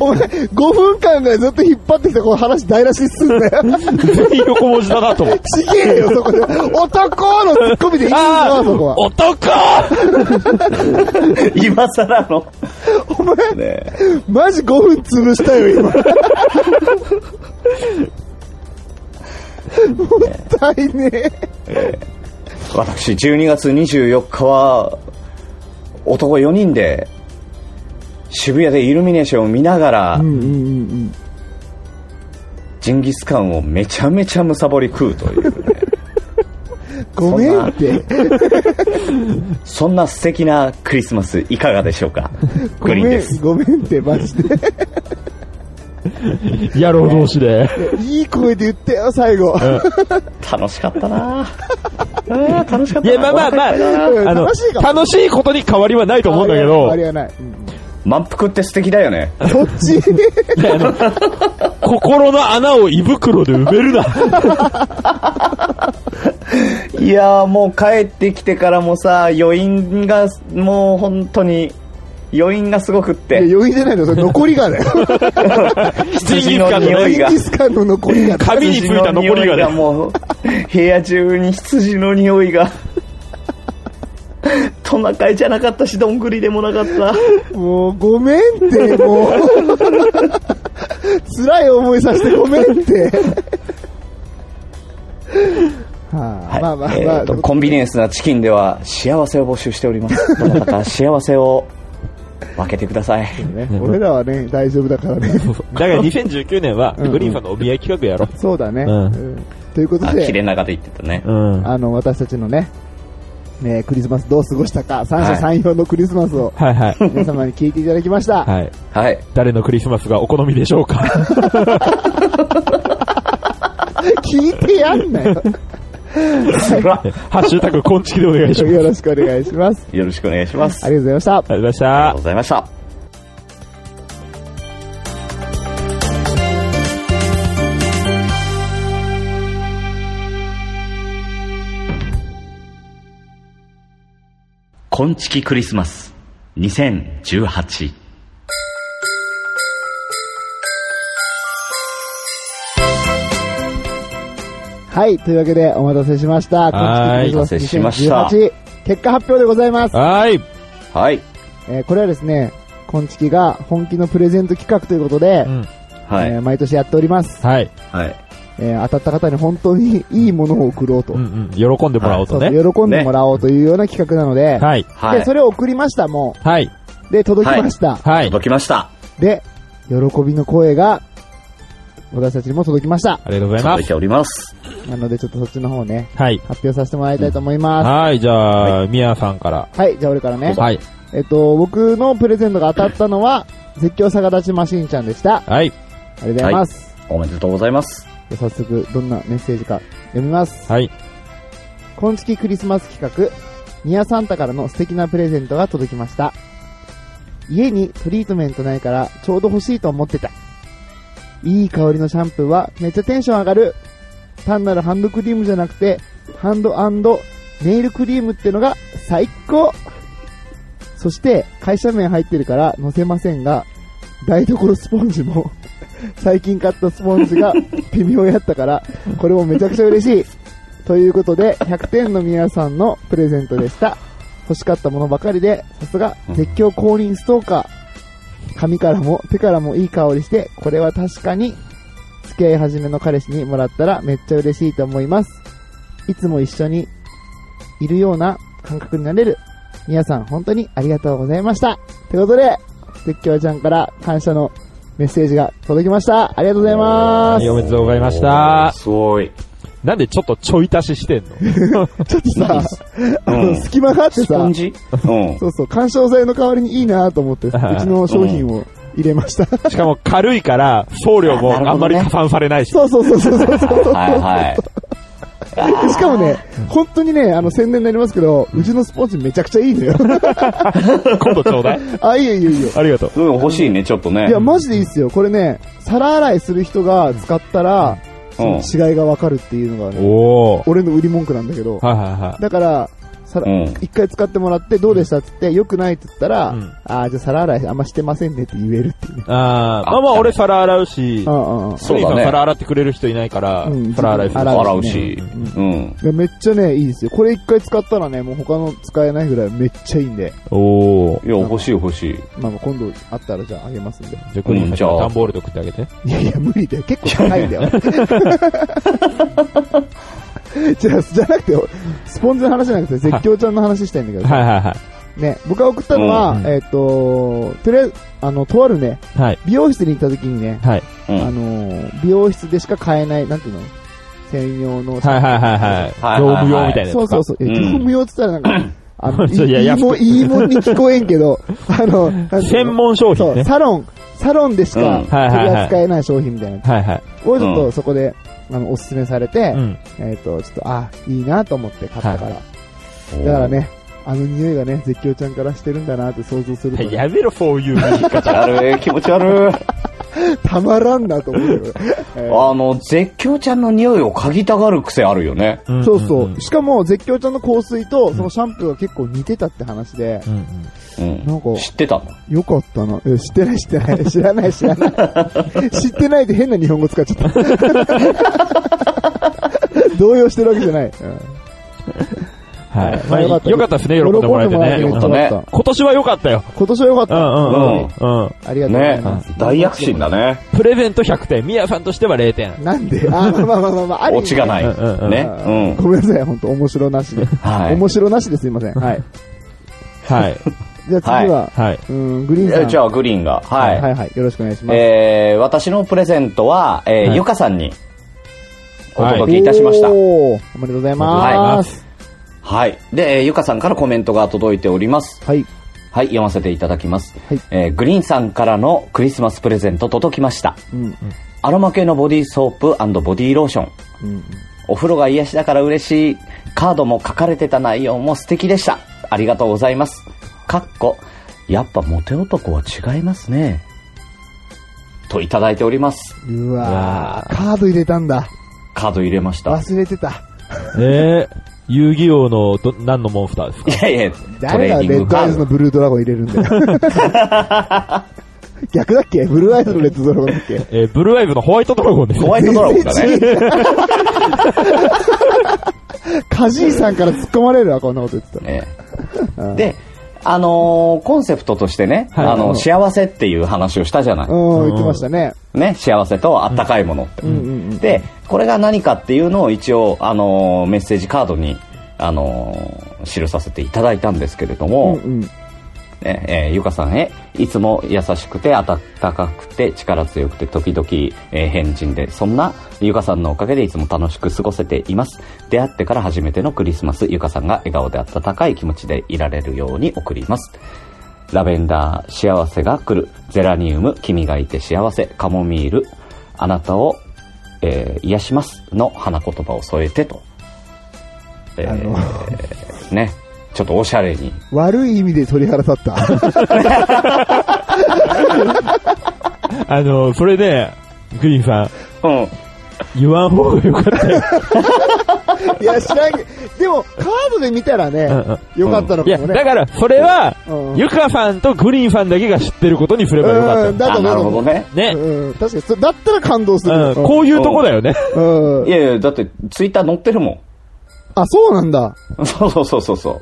S2: お前、5分間ぐらいずっと引っ張ってきたこの話台無しにすんだよ。
S1: 全員横文字だなと思って。
S2: ちげえよ、そこで。男のツッコミでいいん
S1: あ
S2: だ、
S1: あ
S2: そこは。
S1: 男
S3: 今更の。
S2: (laughs) お前、
S3: ね
S2: マジ5分潰したよ、 (laughs) 今。もったいねえ。
S3: 私、12月24日は、男4人で、渋谷でイルミネーションを見ながら、
S2: うんうんうん
S3: ジンギスカンをめちゃめちゃむさぼり食うというね、
S2: うん。ごめんって。
S3: そんな素敵なクリスマスいかがでしょうか
S2: (laughs) ご
S3: グリーン
S2: め
S3: で
S2: ん、
S3: す。
S2: ごめんって、マジで。
S1: 野郎同士で。
S2: いい声で言ってよ、最後。
S3: 楽しかったな (laughs) ぁあー楽しかっ
S1: い
S3: たな
S1: や、まあまあまあ、
S2: うん
S1: あの
S2: 楽しいか、も
S1: 楽しいことに変わりはないと思うんだけど
S2: あ、りはない。うん
S3: 満腹って素敵だよね。
S2: そっち
S1: 心の穴を胃袋で埋めるな。
S3: (laughs) いやーもう帰ってきてからもさ、余韻が、もう本当に、余韻がすごくっ
S2: いや
S3: て、
S2: 余韻じゃないの、それ残りがだよ。
S1: 羊の匂
S3: 匂
S1: い
S3: い
S2: ジン
S3: が
S2: ギスカンの残りがだよ。
S1: 髪についた残りがね
S3: 羊の匂いもう、部屋中に羊の匂いが、 (laughs) トナカイじゃなかったし、どんぐりでもなかった。
S2: もう、ごめんって、もう。辛い思いさせてごめんって。はあ、
S3: はい
S2: まあまあ
S3: え
S2: ま
S3: ー
S2: あ。
S3: とコンビニエンスなチキンでは幸せを募集しております。どなたか幸せを分けてくだ
S2: (laughs)
S3: さい。
S2: ね俺らはね、大丈夫だからね。
S1: だから2019年は、グリーンさんのお見合い企画やろ。
S2: そうだね。
S1: うん
S2: うんということ
S3: あ、
S2: で
S3: 綺、麗な方言ってたね。
S1: うん。は
S2: あの、私たちのね、ね、クリスマスどう過ごしたか、三者三様のクリスマスを
S1: いはい。
S2: 皆様に聞いていただきました。
S1: はい。
S3: はい。
S1: 誰のクリスマスがお好みでし (laughs) ょうか
S2: 聞いてやんな
S3: (laughs)
S2: よ。
S1: ハッシュタグ、昆虫でお願いします。
S2: よろしくお願いします。
S3: よろしくお願いします。
S2: あ
S3: あり
S2: りがとうございまし
S1: あ
S2: た。
S1: りがとうございまし
S3: が
S1: た
S3: とう。ございました。コンチキクリスマス2018
S2: はい、というわけでお待たせしました。
S1: はい
S2: 今月クリスマス
S3: お待たせ
S2: 2018結果発表でございます。
S1: はーい。
S3: はい。
S2: えーこれはですね、コンチキが本気のプレゼント企画ということで
S1: う、ん。
S3: はい。
S2: えー毎年やっております。
S1: はい。
S3: はい。
S2: えー当たった方に本当にいいものを送ろうと。
S1: うんうん。喜んでもらおう
S2: そ
S1: と
S2: うそ
S1: ね。
S2: う喜んでもらおうというような企画なので、
S1: はい。
S3: は
S2: で、
S3: い
S2: そ。れを送りました、も
S1: はい。
S2: う。で、届きました。
S1: はい。
S3: 届きました。
S2: で、喜びの声が、私たちにも届きました。
S1: ありがとうございま
S3: 届い
S1: す。
S3: ております。
S2: なので、ちょっとそっちの方ね、
S1: はい。
S2: 発表させてもらいたいと思いま
S1: はい。じゃあ、みやさんから。
S2: す。はい、じゃあ俺からね。
S1: はい。
S2: えっと、僕のプレゼントが当たったのは、絶叫逆立ちマシンちゃんでした。あ
S1: はい。
S2: りがとうございます。
S3: おめでとうございます。
S2: で早速、どんなメッセージか読みます。
S1: はい。
S2: 今月クリスマス企画、ニアサンタからの素敵なプレゼントが届きました。家にトリートメントないから、ちょうど欲しいと思ってた。いい香りのシャンプーは、めっちゃテンション上がる。単なるハンドクリームじゃなくて、ハンドネイルクリームってのが最高そして、会社名入ってるから載せませんが、台所スポンジも、最近買ったスポンジが微妙やったから、これもめちゃくちゃ嬉しい。ということで、100点の皆さんのプレゼントでした。欲しかったものばかりで、さすが、絶叫降臨ストーカー。髪からも手からもいい香りして、これは確かに、付き合い始めの彼氏にもらったらめっちゃ嬉しいと思います。いつも一緒にいるような感覚になれる。皆さん本当にありがとうございました。ということで、絶叫ちゃんから感謝のメッセージが届きました。ありがとうございま
S1: はい、おめでとうございました。
S3: すごい。
S1: なんでちょっとちょい足ししてんの
S2: す。ちょっとさ、あ
S3: うん
S1: (laughs)
S2: の、隙間があって
S3: スポ
S2: さ
S3: ン、ジうん。
S2: そうそう、干渉剤の代わりにいいなと思って、うちの商品を入れました。
S1: しかも軽いから、送料もあんまり加算されないし。
S2: (laughs) そうそうそうそうそうそう。
S3: はいはい。
S2: しかもね、本当にね、あの、宣伝になりますけど、うちのスポンジめちゃくちゃいいの (laughs) よ。
S1: (laughs) 今度ちょうだい。
S2: あ、いいよいいよいいよ。
S1: ありがとう。
S3: うん、欲しいね、ちょっとね。
S2: いや、マジでいいっすよ。これね、皿洗いする人が使ったら、その違いがわかるっていうのがね、
S1: おー。
S2: 俺の売り文句なんだけど、
S1: はいはいは
S2: だから、さら
S3: うん
S2: 一回使ってもらって、どうでしたっつって、良くないって言ったら、
S1: うん
S2: ああ、じゃあ皿洗いあんましてませんねって言えるっていうね。
S1: い。あー、まあまあ
S3: あ
S1: 俺皿洗うし
S2: う、んうんうん
S3: そうだね
S1: 今皿洗ってくれる人いないから
S2: うん、
S1: 皿洗いする。
S2: 洗
S3: 洗うし
S1: う。
S3: うん。
S2: でめっちゃね、いいですよ。これ一回使ったらね、もう他の使えないぐらいめっちゃいいんで、
S1: おー。
S3: いや、欲しい欲しい。
S2: まあまあ今度あったらじゃああげますんで。
S1: じゃあ、クリーン
S3: じゃあ
S1: ダンボールで送ってあげて。
S2: いやいや、無理だよ。結構高いんだよ。 (laughs) じゃあ、じゃなくて、スポンジの話じゃなくて、絶叫ちゃんの話したいんだけど、
S1: はいはいは
S2: ね、僕が送ったのは、
S1: うん
S2: えっ、と、とりあえず、あの、とあるね、
S1: い。はい。
S2: 美容室に行った時にね、
S1: はい。
S3: うん。
S2: あのー、美容室でしか買えない、なんていうの専用の。
S1: はいはいはいはい。業務用みたいなやつか。
S2: そうそうそう。え
S3: うん
S2: 業務用って言ったらなん
S1: (clears throat)
S2: か、あの、
S1: そうい
S2: いい
S1: や
S2: い
S1: や
S2: い
S1: っぱ
S2: もん、いいもんに聞こえんけ
S1: (laughs)
S2: ど、あの、なんていうの
S1: 専門商
S2: そ
S1: 品
S2: う、
S1: ね。
S2: サロン、サロンでし
S3: うん
S2: か
S1: はいは
S2: 取
S1: い
S2: り
S1: はい
S2: 扱えない商品みたいな。
S1: はいはい。
S2: をちょっとそこで、あの、おすすめされて、
S1: うん。
S2: えっ、と、ちょっと、あ、いいなと思って買ったから。
S3: うん
S2: だから。ね、あの匂いがね、絶叫ちゃんからしてるんだなって想像するとね、
S1: やめろ、フォ (laughs) ーユー。
S3: 気持ち悪い、気持ち悪い。
S2: たまらんなと思うよ、
S1: (laughs)
S2: えー
S3: あの、絶叫ちゃんの匂いを嗅ぎたがる癖あるよね。
S2: そうそう。しかも、絶叫ちゃんの香水と、そのシャンプーが結構似てたって話で、
S1: うん。うんうん。
S3: うん。
S2: なんか
S3: 知ってたの
S2: よかったな。え、知ってない知ってない。知らない知らない。知ってないで変な日本語使っちゃった。 (laughs) 動揺してるわけじゃない。うん
S1: はい。
S2: まあよか
S1: ま
S2: った
S1: あ、よかったですね、喜んでもらえてね。
S2: 喜んでもらえ
S3: た
S2: て
S3: よ
S2: よ
S3: か
S2: かった
S1: 今年は良かったよ。
S2: 今年はよかっ
S1: う
S2: た。
S1: んうんうん。うん。
S2: ありがとうござい
S3: ね
S2: ます。
S3: 大躍進だね。
S1: プレゼント100点、ミヤさんとしては0点。
S2: なんであ、まあまあまあまあまあ、あり
S3: オチがない。
S1: うんうんうん
S3: ね。う
S2: ごめんなさい、本当面白なしで。
S3: ん。はい。
S2: 面白なしですいません。はい。
S1: はい。
S2: じゃあ次は、
S1: はい。
S2: うん、グリーンさ
S3: え
S2: ん。
S3: じゃあ、グリーンが。はい。
S2: はいはい。よろしくお願いします。
S3: えー、私のプレゼントは、えー
S1: はい
S3: ゆかさんにお
S1: はい
S3: 届けいたしました。はい。
S2: おーおめでとうございます。
S3: で、えーゆかさんからコメントが届いております。
S2: はい。
S3: はい、読ませていただきます。
S2: はい
S3: えーグリーンさんからのクリスマスプレゼント届きました。
S2: うん。
S3: アロマ系のボディーソープボディーローション。
S2: うん。
S3: お風呂が癒しだから嬉しい。カードも書かれてた内容も素敵でした。ありがとうございます。かっこ、やっぱモテ男は違いますね。といただいております。
S2: う
S1: う
S2: わ
S1: わ
S2: ーカード入れたんだ。
S3: カード入れました。
S2: 忘れてた。
S1: えー、遊戯王のど、何のモンスターですか
S3: いやいや、ト
S2: 誰
S3: レー
S2: が
S3: ニ
S2: レ
S3: ン
S2: ッ
S3: グ
S2: ド
S3: カ
S2: アイ
S3: ー
S2: ズ
S3: ド
S2: の。ブルードラゴン入れるん
S3: (laughs)
S2: だよ。逆だっけブルーアイズのレッドドラゴンだっけ
S1: えー、ブルーアイブのホワイトドラゴンですね
S3: ホワイトドラゴンだ
S2: 全
S3: ね。
S2: カジーさんから突っ込まれるわ、こんなこと言ってたら。
S3: え
S2: (laughs)
S3: えで、あのーコンセプトとしてね、
S1: はい
S3: あの、幸せっていう話をしたじゃない。
S2: うん、言ってましたね。
S3: ね、幸せとあったかいものって。
S2: うんうん
S3: で、これが何かっていうのを一応、あのーメッセージカードに、あのー記させていただいたんですけれど
S2: う
S3: も、
S2: ん。うんうん。
S3: ねえーゆかさんへ、いつも優しくて温かくて力強くて時々、えー変人で、そんなゆかさんのおかげでいつも楽しく過ごせています。出会ってから初めてのクリスマス、ゆかさんが笑顔で温かい気持ちでいられるように送ります。ラベンダー、幸せが来る。ゼラニウム、君がいて幸せ。カモミール、あなたを、えー癒します。の花言葉を添えてと。えー
S2: あの
S3: ね、ちょっとおしゃれに。
S2: 悪い意味で鳥肌
S3: (laughs)
S2: 立った。
S1: あの、それで、グリーンさん、
S3: うん。
S1: 言わん方がよかったよ。
S2: いや、知らんけど、でも、カードで見たらね、
S1: うん
S2: よかったの
S1: い
S2: か
S1: や、
S2: も
S1: だ
S2: ね。
S1: から、それは
S2: うん、
S1: ゆかさんとグリーンさんだけが知ってることにすればよか
S2: う
S1: っ
S2: ん、
S1: た。
S2: だ
S3: あ
S2: と
S3: なるほ
S2: 思
S3: ど
S2: う。
S3: ね。
S1: ね。
S2: うん、確かに、それだったら感動する。
S1: うん、こういうとこだよね。
S2: うん。うん
S3: いやいや、だってツイッター載ってるも
S2: あ、そうなんだ。
S3: ん。 (laughs) そうそうそうそうそう。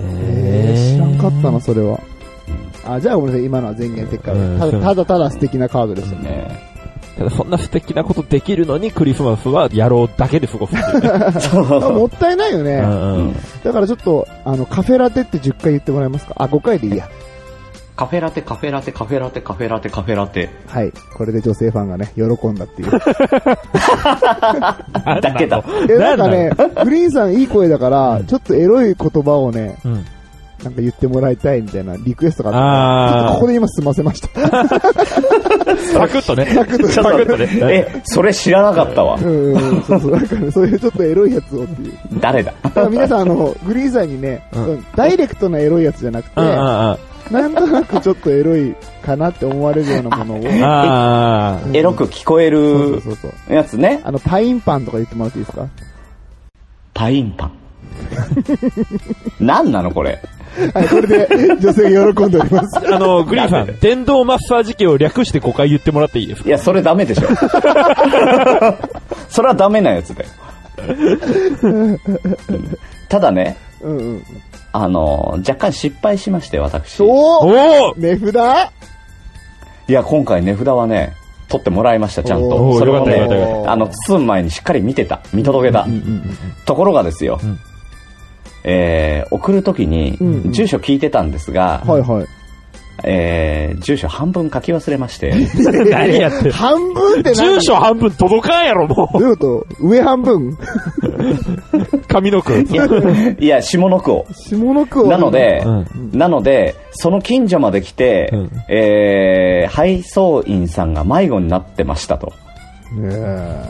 S2: えー、知らんかったな、それは。あ、じゃあごめんなさい、今のは前言撤回
S1: うん
S2: で。ただただただ素敵なカードですよね。
S3: ね、 (laughs)
S1: ただそんな素敵なことできるのに、クリスマスは野郎だけで過ごすっていうね。
S3: そうそ
S2: も
S3: うそ
S2: ったいないよね。
S1: うんうん
S2: だからちょっと、あの、カフェラテって10回言ってもらえますかあ、5回でいいや。
S3: カフェラテ、カフェラテ、カフェラテ、カフェラテ、カフェラテ。
S2: はい。これで女性ファンがね、喜んだって (laughs) いう。
S3: (laughs) だけだ。
S2: え、なんかね、グリーンさんいい声だから、ちょっとエロい言葉をね、
S1: うん。
S2: なんか言ってもらいたいみたいなリクエストがあったからちょっと
S1: あ
S2: ここで今済ませま (laughs) した。
S1: ー、サクッとね。サク
S2: ッと
S1: ッとね。
S3: え、それ知らなかったわ
S2: う。ん、そうそう。なんかね、そういうちょっとエロいやつをっていう。
S3: 誰だ
S2: だから皆さん、あの、グリーンさんにね、
S1: う
S2: ダイレクトなエロいやつじゃなくて、
S1: うんうんうん。
S2: なんとなくちょっとエロいかなって思われるようなものを。
S1: あ
S3: エロく聞こえ
S2: そう
S3: る
S2: そうそうそう。
S3: やつね。
S2: あの、パインパンとか言ってもらっていいですか
S3: パインパン。 (laughs) 何なのこれ。
S2: はい、これで女性が喜んでおります。
S1: あ。あの、グリーンさん、電動マッサージ機を略して5回言ってもらっていいですか
S3: いや、それダメでしょ。 (laughs) それはダメなやつだよ。ただね、
S2: うんうん。
S3: あの、若干失敗しまして、私。い
S2: おお
S1: お
S2: 値札
S3: や、今回値札はね、取ってもらいました、ちゃん
S1: お
S3: と。
S1: ー
S3: それを
S1: よかったよかった
S2: よかっ
S3: ね、
S2: た
S3: あの、包む前にしっかり見てた。見届けた。ところがですよ、
S1: ん
S3: えー送るときに
S2: うんう、ん
S3: 住所聞いてたんですが、
S2: はいはい。
S3: えー住所半分書き忘れまして、 (laughs)
S1: 何や
S2: (laughs)
S1: ってる
S2: 半分って何
S1: 住所半分届かんやろ、も
S2: どういうこと上半分
S1: う。髪の毛。
S3: いや、いや下の句を。
S2: 下の句を。
S3: なの。で、
S1: う
S3: なので、その近所まで来て、
S1: うん
S3: えー配送員さんが迷子になってましたと。 (laughs)
S2: ね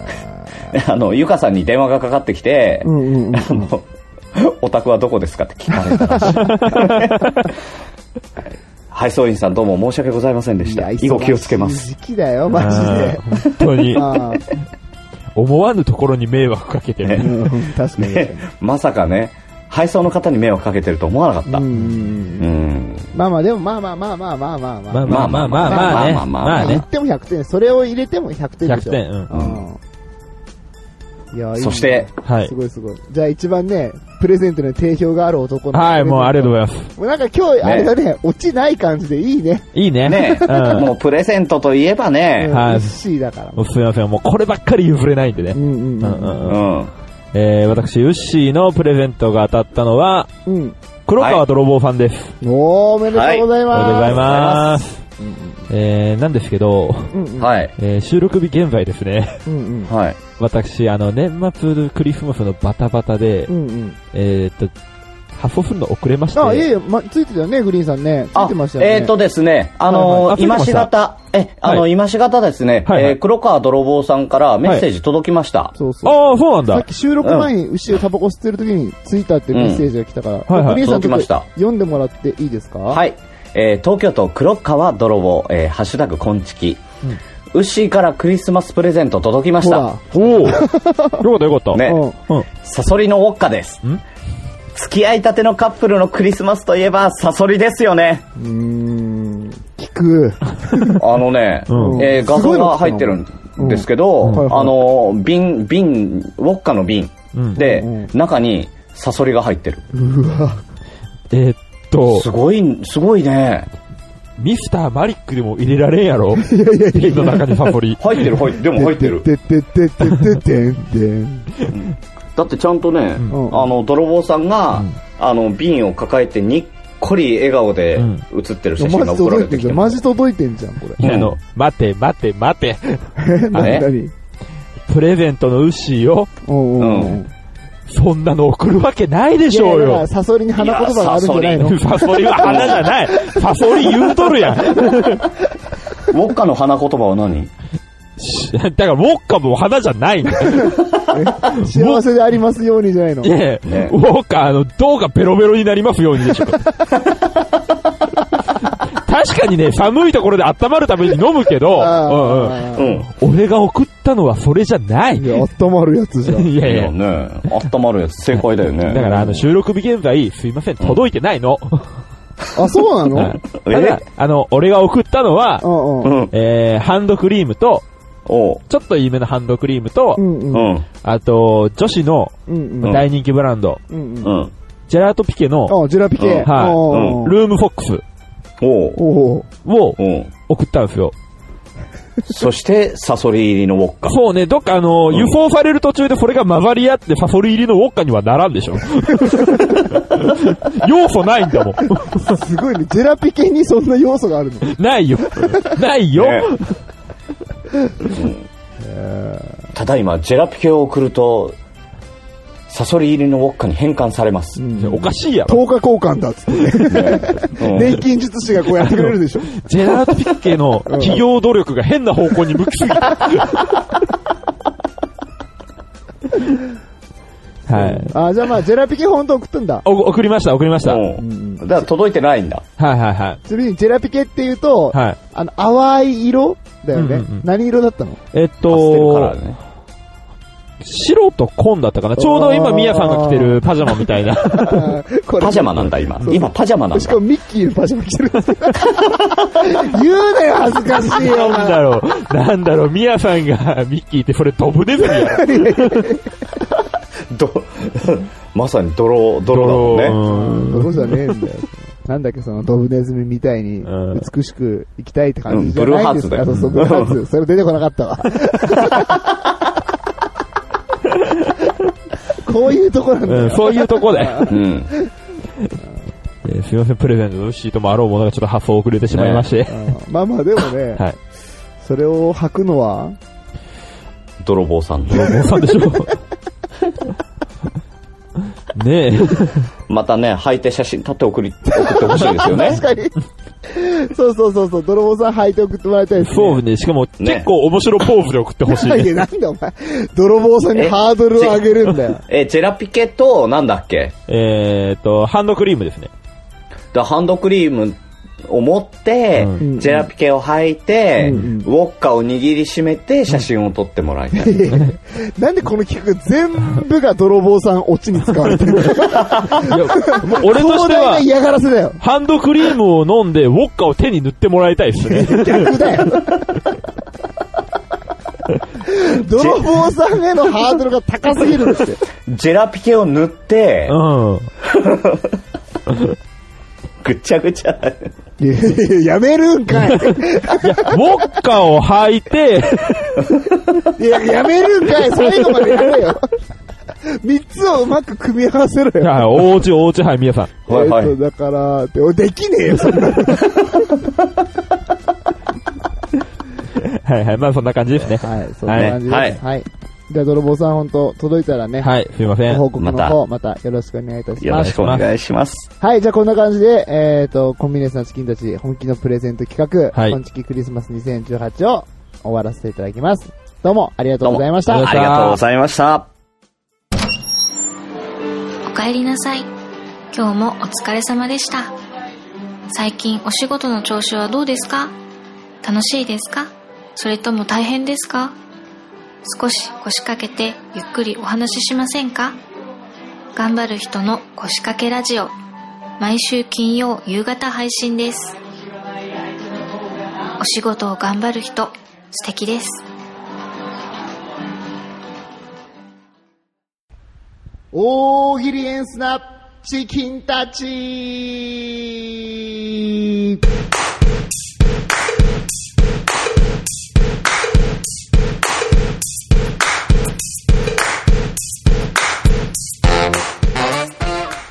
S3: あの、ゆかさんに電話がかかってき
S2: え
S3: て、
S2: うんうんうん。
S3: あの、 (laughs) お宅はどこですかって聞かれたらしい。配送員さんどうも申し訳ございませんでした。以後気をつけ
S2: (laughs)
S3: ま
S2: 忙しい
S3: す。
S2: 時期だよ、マジ
S1: あ
S2: で
S1: ー。本当に、
S2: あー
S1: 思わぬところに迷惑かけてる。
S2: うんうん確かに確かに。
S3: まさかね、配送の方に迷惑かけてると思わなかった。
S2: う
S3: うん。
S2: うんんうんまあまあ、でもまあまあまあまあまあまあまあ。
S1: まあまあまあまあまあね。
S3: まあまあ
S1: まあ
S2: 言
S1: ね
S2: っ。ても100点。それを入れても100点でし
S1: 100
S2: ょ。
S1: 点。うん。
S2: うん。いや、いいね
S3: そして、
S1: はい
S2: す。ごいすごい。じゃあ一番ね、プレゼントの定評がある男の。
S1: はい、もうありがとうございます。
S2: もうなんか今日、あれだね、落ちない感じでいいね。
S1: いいね。
S3: ね、
S1: (laughs) うん
S3: もうプレゼントといえばね、
S2: うん
S1: はい
S2: ミッシーだから。
S1: もうすみません、もうこればっかり譲れないんでね。
S2: うんうん
S1: う
S2: う
S1: うんん
S2: ん。
S1: うん
S3: うん。
S1: えー、私、ウッシーのプレゼントが当たったのは、
S2: うん。
S1: 黒川泥棒さんです。
S2: おー、おめでとうござい
S1: おめでとうござい
S2: ま
S1: ます。えー、なんですけど、
S2: す。うんうん。
S3: はい。
S1: えー、収録日現在ですね、 (laughs)
S2: うんうん。
S3: はい。
S1: 私、あの、年末クリスマスのバタバタで
S2: う、んうん。
S1: えーっと、発送するの遅れまして、
S2: あ、いえいえ、ま、ついてたよね、グリーンさんね。ついてましたよね。
S3: えっ、ー、とですね、あ
S1: はいはいあ
S3: の
S1: ついてま
S3: 今
S1: し
S3: した方、え、あの、
S1: はい
S3: 今し方ですね、
S1: はいはい
S3: えー黒川泥棒さんからメッセージ届きました。
S2: そうそう。
S1: ああ、そうなん
S2: さ
S1: だ
S2: っ。き収録前に牛をタバコ吸ってる時にツイッターってメッセージが来たから、
S1: はいはい
S2: グリーンさん
S3: 届きました
S2: ちょっと読んでもらっていいですか。
S3: はいい。えー東京都黒川泥棒、えーハッシュタグこんちき。ウッシーからクリスマスプレゼント届きま
S2: ほ
S3: した
S2: ら。。
S1: おおよかったよかった。
S3: ね
S2: うん。
S1: うん。
S3: サソリのウォッカです
S1: ん。
S3: 付き合いたてのカップルのクリスマスといえばサソリですよね。
S2: うーん。聞く。
S3: (laughs) あのね、
S1: うん
S3: えー画
S2: すご
S3: 像
S2: いの
S3: が入ってるんですけど、
S2: んはいはい
S3: あのー瓶瓶ウォッカの瓶
S1: うん
S3: で、
S2: うん
S3: 中にサソリが入ってる。
S1: えーっと
S3: す、ごいすごいね。
S1: ミスターマリックでも入れられんや
S2: (laughs)
S1: ろいやいやいや。の中にサポリ。
S3: 入ってる入ってるでも入ってる。
S2: てってってってってってんてん。
S3: だってちゃんとね、
S2: ん
S3: あの泥棒さんが、あの瓶を抱えてにっこり笑顔で
S1: うん
S3: 写ってる写真
S2: マ
S3: が
S2: ジ
S3: 送
S2: 届
S3: られ
S2: いて
S3: て
S2: ん
S3: き
S2: じゃ
S3: て
S2: ん。
S3: ま
S2: マ
S3: す
S2: ジ届いてんじゃん、これ。
S1: あの、待て待て待て。
S2: え、なになに
S1: プレゼントのウッシーを、
S2: うんうんうん。
S1: そんなの送るわけないで
S2: い
S1: し
S2: や
S1: ょ
S2: いうやだから
S1: よ。
S2: サソリに花言葉があるんじゃないの
S1: (laughs) サソリは花じゃない。サソリ言うとるやん。
S3: ウォッカの花言葉は何
S1: し (laughs) だから、ウォッカも花じゃないんだよ。
S2: 幸せでありますようにじゃないの
S1: いやいや
S3: ね
S1: ウォッカ、あの、銅がベロベロになりますようにでしょ。確かにね、寒いところで温まるために飲むけど、うんうん
S2: あ
S3: うん。
S1: 俺が送ったのはそれじゃない。
S2: ー。
S1: い
S2: いや、温まるやつじゃん。
S1: や
S3: い
S1: い
S3: や
S1: や。
S3: ね、あったまるやつ正解だよね。
S1: (laughs) だから、あの、収録日現在、すいません、届いてないの。
S2: あ、そうなの
S3: え
S1: ただ、あの、俺が送ったのは
S2: う、んう。
S3: うんん。
S1: えー、ハンドクリームと、
S3: おう。
S1: ちょっといいめのハンドクリームと、
S2: うんうん。
S3: うん。
S1: あと、女子の
S2: うんうん。
S1: 大人気ブランド、
S2: うんうん。
S3: うん。
S1: ジェラートピケの
S2: あ、ジュラピケ。
S3: うん
S1: はい
S2: おー
S1: ルームフォックス
S3: おう。
S2: おー
S1: を
S3: おう。
S1: 送ったんですよ。
S3: そして、サソリ入りのウォッカ。
S1: そうね、どっかあの、
S3: ん
S1: 輸送される途中でこれが混ざり合ってサソリ入りのウォッカにはならんでしょ。 (laughs) 要素ないんだもん。
S2: すごいね。ジェラピケにそんな要素があるの。
S1: ないよ。ないよ。
S3: ねただいま、ジェラピケを送ると、サソリ入りのウォッカに変換されます。
S2: うん
S1: おかしいやろ。
S2: 10日交換だっつってね。
S3: うん
S2: 年金術師がこうやってくれるでしょ。
S1: ジェラートピケの企業努力が変な方向に向きす
S3: (laughs)
S1: ぎて。はい。
S2: あ、じゃあまあ、ジェラピケ本当送ったんだ。
S1: お送りました、送りました。
S3: うん
S2: うんうん
S3: だから届いてないんだ。
S1: はいはいはい。
S2: ちなみにジェラピケっていうと、
S1: はい。
S2: あの、淡い色だよね、
S1: うんうんうん
S2: 何色だったの
S1: えっ
S3: パステルカラ
S1: と、
S3: ーね。
S1: 白と紺だったかな。ちょうど今、ミヤさんが着てるパジャマみたいな。
S2: これ
S3: パジャマなんだ、今。
S2: そう
S3: 今、パジャマなん
S2: し
S3: だ
S2: か。もミッキーのパジャマ着てるんですよ (laughs) 言うなよ、恥ずかしいよ、
S1: な
S2: お
S1: ん
S2: 前
S1: だろう、なんだろう、ミヤさんがミッキーって、それドブネズミや。
S3: どまさに泥、泥だもんね。
S2: そうじゃねえんだよ。なんだっけ、そのドブネズミみたいに
S1: うん
S2: 美しく生きたいって感じじゃないんですか、
S3: うんブルーハーツだよ
S2: そうそう、ブルーハーツ。それ出てこなかったわ。こういうとこなんだ
S1: うん、う
S2: よ
S1: ん。そういうとこで。
S3: うん。
S1: えーすいません、プレゼントのシートもあろうものがちょっと発送遅れてしまいまして。
S2: うんまあまあ、でもね、
S1: はい。
S2: それを履くのは、
S3: 泥棒さん。
S1: もうさんでしょう。ね
S3: またね、履いて写真立って送り、送ってほしいですよね
S2: (laughs) 確。かに。そうそうそうそう、泥棒さん履いて送ってもらいた
S1: え、
S2: いですね。
S1: そうね、しかも結構面白ポーズで送ってほしい
S2: い
S1: ね。
S2: や、なんだお前、泥棒さんにハードルを上げるんだよ。
S3: え、ジェラピケと、なんだっけ
S1: えーっと、ハンドクリームですね。
S3: だハンドクリームを持って、
S1: うん
S3: ジェラピケを履いて、
S2: うん
S3: ウォッカを握りしめて写真を撮ってもらいた (laughs) い。
S2: なんでこの企画全部が泥棒さんオチに使われてるの
S1: いや、もう俺とし
S2: 壮
S1: て
S2: 大な
S1: は、
S2: 嫌がらせだよ。
S1: ハンドクリームを飲んで、ウォッカを手に塗ってもらいたいですね。
S2: 逆だよ。泥棒さんへのハードルが高すぎるんですよ。
S3: ジェラピケを塗って、
S1: うん。
S3: ぐっちゃぐちゃ。
S2: いやいややめるんかい。
S1: いや、ウォッカを履いて、
S2: いや、やめるんかい。最後までやれよ。三つをうまく組み合わせろ
S1: (laughs) い
S2: よ。
S1: やおうちおうちはい、皆さん。
S3: はいはい
S2: えっと、だから、で俺できねえよ、そんなの。
S1: はいはい、まあそんな感じですね。
S2: はい、そんな感じです。
S3: は
S2: はいい。じゃあ、泥棒さん本当届いたらね、
S1: はい、すいません。
S2: ご報告の
S3: また
S2: 方、またよろしくお願いいたし
S3: よろ
S2: ま
S3: し
S2: す。
S3: くお願いします。
S2: はい、じゃあこんな感じで、えっ、と、コンビネースなチキンたち本気のプレゼント企画、
S1: はい
S2: コンチキクリスマス2018を終わらせていただきます。どうもありがとうございまし
S1: どう
S2: た
S1: も。
S3: ありがとうございました。
S4: おかえりなさい。今日もお疲れ様でした。最近お仕事の調子はどうですか楽しいですかそれとも大変ですか少し腰掛けてゆっくりお話ししませんか頑張る人の腰掛けラジオ。毎週金曜夕方配信です。お仕事を頑張る人、素敵です。
S2: 大喜利エンスなチキンたち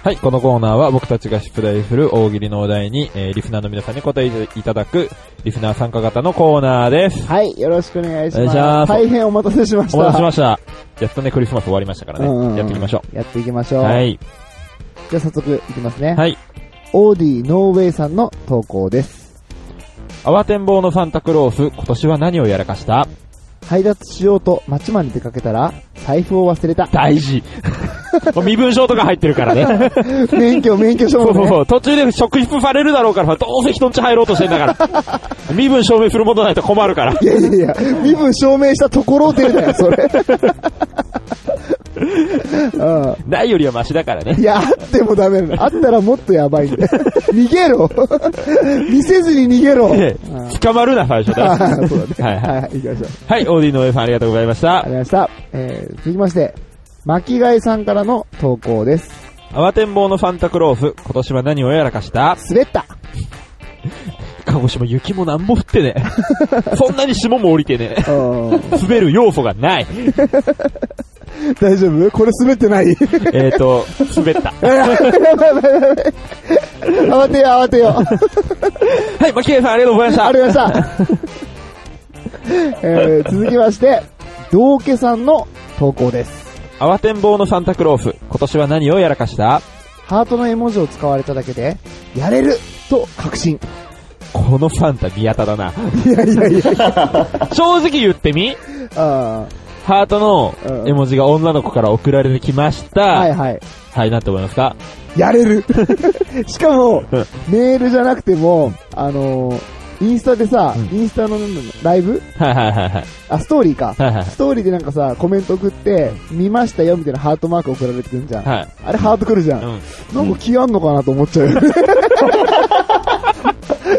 S1: はい、このコーナーは僕たちが出題する大喜利のお題に、えーリスナーの皆さんに答えていただく、リスナー参加型のコーナーです。
S2: はい、よろしくお願いします。
S1: お願いします
S2: 大変お待たせしました。
S1: お待たせしました。やっとね、クリスマス終わりましたからね。
S2: うんうんうん
S1: やっていきましょ
S2: やっていきましょ
S1: う。
S2: う。
S1: はい。
S2: じゃあ早速いきますね。
S1: はい。
S2: オーディノーウェイさんの投稿です。
S1: 慌てんぼうのサンタクロース、今年は何をやらかした
S2: 配達しようと街まで出かけたら、財布を忘れた。
S1: 大事。もう身分証とか入ってるからね。
S2: 免許、免許証
S1: そ
S2: 明、
S1: うそうそう。途中で職質されるだろうから、どうせ人んち入ろうとしてんだから。身分証明するものないと困るから。
S2: いやいやいや、身分証明したところでだよ、そ
S1: (laughs)
S2: れ。う
S1: ないよりはマシだからね
S2: (laughs) ん、い。や、あってもダメなの。あったらもっとやばいんだよ。 (laughs) 逃げろ (laughs) 見せずに逃げろ
S1: え
S2: うん
S1: え捕まるな、最初
S2: あ
S1: だ。
S2: ーそうだね。
S1: (laughs) はい
S2: は、
S1: はい
S2: はい、行きましょう。
S1: はい、オーディの上さんありがとうございました
S2: あり。がとうございました。えー、続きまして、巻貝さんからの投稿です。
S1: 慌てんぼうのサンタクロース、今年は何をやらかした
S2: 滑った
S1: 鹿児島雪もなんも降
S2: (laughs)
S1: ってねえ。そんなに霜も降りてねえ。
S2: うん
S1: 滑る要素がない。
S2: (laughs) 大丈夫これ滑ってない (laughs)
S1: えっと、滑った。
S2: 慌てよ、慌てよ。
S1: はい、マキエさんありがとうございました。
S2: あり
S1: (laughs)
S2: がとうございました。えー、続きまして、道家さんの投稿です。
S1: 慌てんぼうのサンタクロース、今年は何をやらかした
S2: ハートの絵文字を使われただけで、やれると確信。
S1: このサンタ宮田だな。
S2: いやいやいや。
S1: 正直言ってみ
S2: あー
S1: ハートの
S2: うん
S1: 絵文字が女の子から送られてきました。
S2: はいはい。
S1: はい、なんて思いますか
S2: やれ
S1: (laughs)
S2: るしかも
S1: うん、
S2: メールじゃなくても、あのー、インスタでさ、
S1: うん
S2: インスタのなんだろうライブ
S1: はいはいはいはい。
S2: あ、ストーリーか。
S1: はいはい
S2: ストーリーでなんかさ、コメント送って、見ましたよみたいなハートマーク送られてくるんじゃん。
S1: はい。
S2: あれハートくるじゃん。
S1: うん。
S2: なんか気あんのかなと思っちゃ
S1: (laughs)
S2: うよね。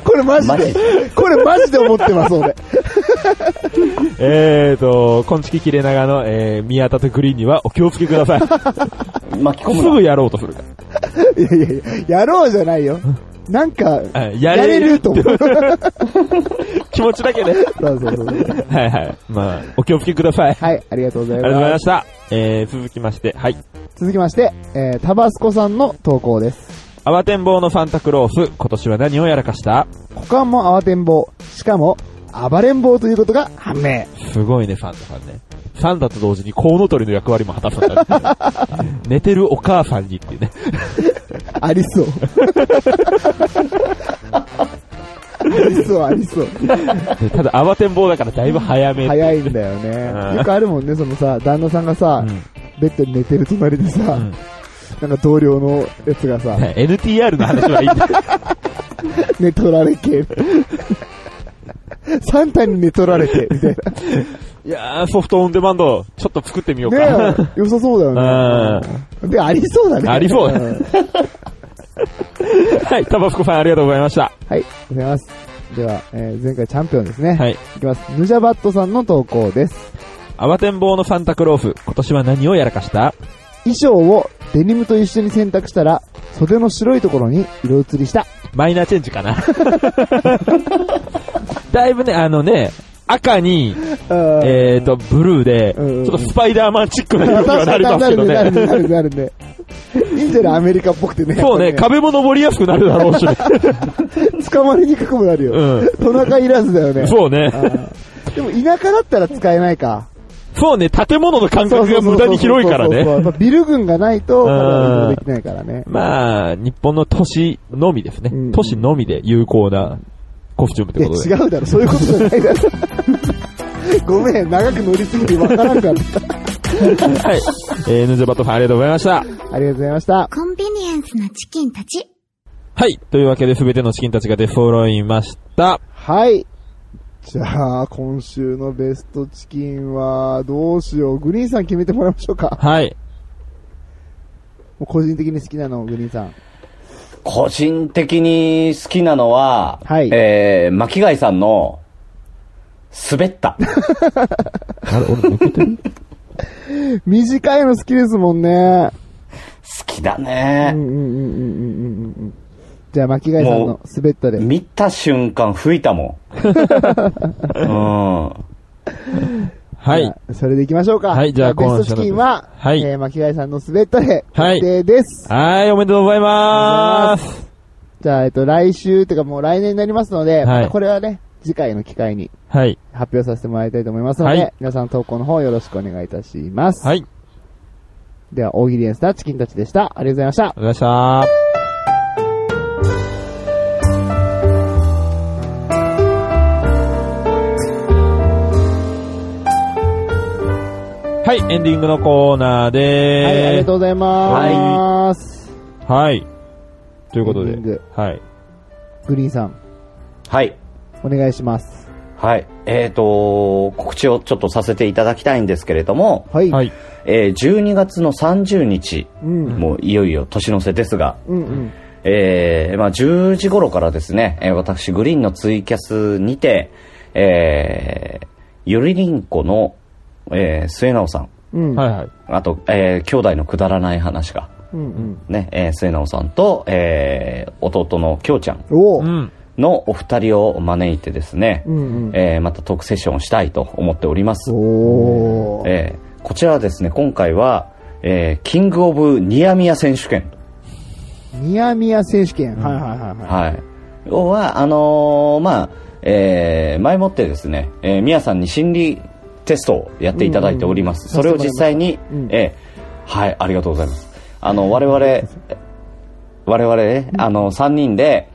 S2: これマジ
S3: マジ
S2: で、これマジで思ってます、俺。
S1: えーと、こんちき切れ長の、えー、宮田とグリーンにはお気をつけくだ (laughs) さい。
S3: 巻き込
S1: す
S3: む
S1: ぐ
S3: な。
S1: やろうとするか
S2: いやいやいや、やろうじゃないよ。なんか、
S1: ら。はい
S2: や
S1: や
S2: れ
S1: れ
S2: る
S1: る
S2: と
S1: と
S2: 思う。
S1: 気持ちだけで。
S2: そうそうそう。
S1: はいはい。まあ、お気をつけください。あ
S2: はい、ありがとうござい
S1: りがとうござい
S2: ま。
S1: ますした。えー、続きまして、はい。
S2: 続きまして、えー、タバスコさんの投稿です。
S1: 慌てんぼうのサンタクロース、今年は何をやらかした
S2: 股間も慌てんぼう。しかも、暴れん坊ということが判明。
S1: すごいね、サンタさんね。サンタと同時にコウノトリの役割も果たすんだね (laughs) 寝てるお母さんにっていうね。
S2: ありそう。ありそう、ありそう。
S1: でただ、慌てんぼうだからだいぶ早め。
S2: 早いんだよ
S1: う
S2: ね。
S1: ん
S2: よくあるもんね、そのさ、旦那さんが
S1: う
S2: さ
S1: ん、
S2: ベッドに寝てる隣でさ、
S1: うん
S2: なんか同僚のやつが
S1: (laughs)
S2: さ、
S1: ね NTR の話はいいんだ。
S2: 寝取られ
S1: (laughs)
S2: 系。サンタに寝取られて、みたい
S1: いやー、ソフトオンデマンド、ちょっと作ってみよ (laughs) う
S2: な。
S1: か。
S2: ねえ、良さそうだよね。で、ありそうだね。
S1: ありそうんはい、タバスコさんありがとうございました。
S2: はい、ございます。では、えー前回チャンピオンですね。。
S1: はいい。
S2: きます。ヌジャバットさんの投稿です。
S1: 慌てんぼうのサンタクロース、今年は何をやらかした
S2: 衣装をデニムと一緒に洗濯したら、袖の白いところに色移りした。
S1: マイナーチェンジか
S2: (laughs)
S1: な。だいぶね、あのね、赤に、えーと、ブルーで、ち
S2: うんうんうん
S1: ょっとスパイダーマンチックな色
S2: 確
S1: には
S2: か
S1: な
S2: に
S1: りますけど
S2: なる
S1: ね。
S2: ね、なるね、なるね。いいんじゃないアメリカっぽくてね。
S1: そう
S2: や
S1: ね、
S2: っぱ
S1: 壁も登りやすくなるだろうし、
S2: りね (laughs) 捕まりにくくもなるよ。
S1: う
S2: トナカイいらずだよね。
S1: ん。そうね。
S2: うんでも田舎だったら使えないか。
S1: そうね、建物の間
S2: そう
S1: 隔
S2: そ
S1: が
S2: うそう
S1: 無駄に広いから
S2: そうそうそう
S1: ね。
S2: やっぱビル群がないと、
S1: うん
S2: まだ移動できないからね。
S1: まあ、日本の都市のみですね
S2: うん。
S1: 都市のみで有効なコスチュームっ
S2: い
S1: て
S2: や、
S1: ことで。
S2: 違うだろ、そういうことじゃない (laughs) だろ。ごめん、長く乗りすぎてわからんか
S1: は
S2: った。
S1: い。えー、ヌジャバットさんありがとうございました。
S2: ありがとうございました。
S4: コンビニエンスなチキンたち。
S1: はい。というわけで、すべてのチキンたちが出揃いました。
S2: はい。じゃあ、今週のベストチキンは、どうしよう。グリーンさん決めてもらいましょうか。
S1: はい。
S2: もう個人的に好きなの、グリーンさん。
S3: 個人的に好きなのは、
S2: はい
S3: えー、巻貝さんの、滑
S2: (laughs)
S3: った。
S1: あれ、俺抜けてる
S2: 短いの好きですもんね。
S3: 好きだ
S2: う
S3: ね
S2: ん。うんうんうんうんうんうん。じゃあ、巻貝さんの滑ったで。
S3: 見た瞬間吹いたも
S2: (laughs)
S3: ん。うん。
S1: はい。。
S2: それで行きましょうか。
S1: はいじゃあ
S2: ベストチキンは、
S1: 今週の
S2: えー、巻貝さんの滑ったで、
S1: はい
S2: 決定です。
S1: はい、おめでとうございま
S2: ありがとうござい
S1: す。
S2: じゃあ、えっと、来週、てかもう来年になりますので、
S1: はい
S2: またこれはね、次回の機会に
S1: はい。
S2: 発表させてもらいたいと思いますので、
S1: はい
S2: 皆さん投稿の方よろしくお願いいたします。
S1: はい。
S2: では、大喜利エンスタチキンたちでした。ありがとうございました。
S1: ありがとうございました。はい、エンディングのコーナーでーす。
S2: はい、ありがとうございます。
S1: はい。ということ
S2: エ
S1: で
S2: ンディング、
S1: はい。
S2: グリーンさん、
S3: はい。
S2: お願いします。
S3: はい。えっ、と、告知をちょっとさせていただきたいんですけれども、
S2: はい。
S1: はい。
S3: えー、12月の30日、
S2: うん。
S3: もういよいよ年の瀬ですが、
S2: うんうん。
S3: えーまあ、10時頃からですね、えー私、グリーンのツイキャスにて、えー、ゆりりんこの、えー末直さん、
S2: うん。
S1: はいはい。
S3: あと、えー兄弟のくだらない話が、
S2: うんうん。
S3: ね、えー末直さんと、えー弟のきょうちゃん
S2: お
S1: う
S2: ー
S1: ん。
S3: のお二人を招いてですね、
S2: うんうん。
S3: えーまたトークセッションをしたいと思っております。
S2: おー。
S3: えーこちらはですね、今回は、えーキングオブニヤミヤ選手権。
S2: ニヤミヤ選手権。はいはいはいは
S3: はい。要は、あのーまあ、えー前もってですね、えー、皆さんに心理テストをやっていただいておりま
S2: う
S3: す。
S2: んうん
S3: それを実際に、
S2: うん
S3: えーはい、ありがとうございます。あの、我々、え我々ね、あの、3人で、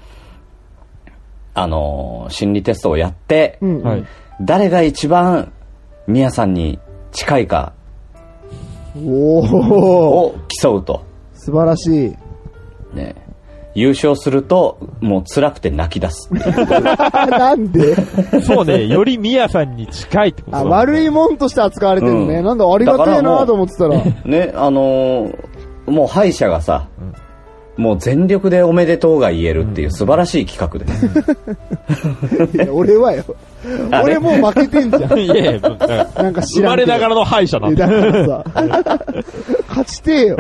S3: あのー心理テストをやって、
S2: い。うんうん。
S1: はい。
S3: 誰が一番、皆さんに近いか
S2: おお
S3: を競うと。
S2: 素晴らしい。
S3: ね優勝すると、もう辛くて泣き出す。
S2: あ、なんで
S1: そう
S2: (laughs)
S1: ね、よりミヤさんに近いってこと
S2: あ、悪いもんとして扱われてるね。
S3: うん
S2: なんだ、ありがたい
S3: だからも
S2: な
S3: う
S2: と思ってたら。
S3: ね、あのーもう敗者がさ、もう全力でおめでとうが言えるっていう素晴らしい企画です。
S2: いや俺はよ。
S3: あれ
S2: 俺もう負けてんじゃん。
S1: いやいや、だから
S2: なんか知
S1: 生
S2: ら
S1: ま
S2: んけ
S1: れ
S2: ど
S1: ながらの敗者なん
S2: い
S1: だ。
S2: やだからさ、勝ちてえよ。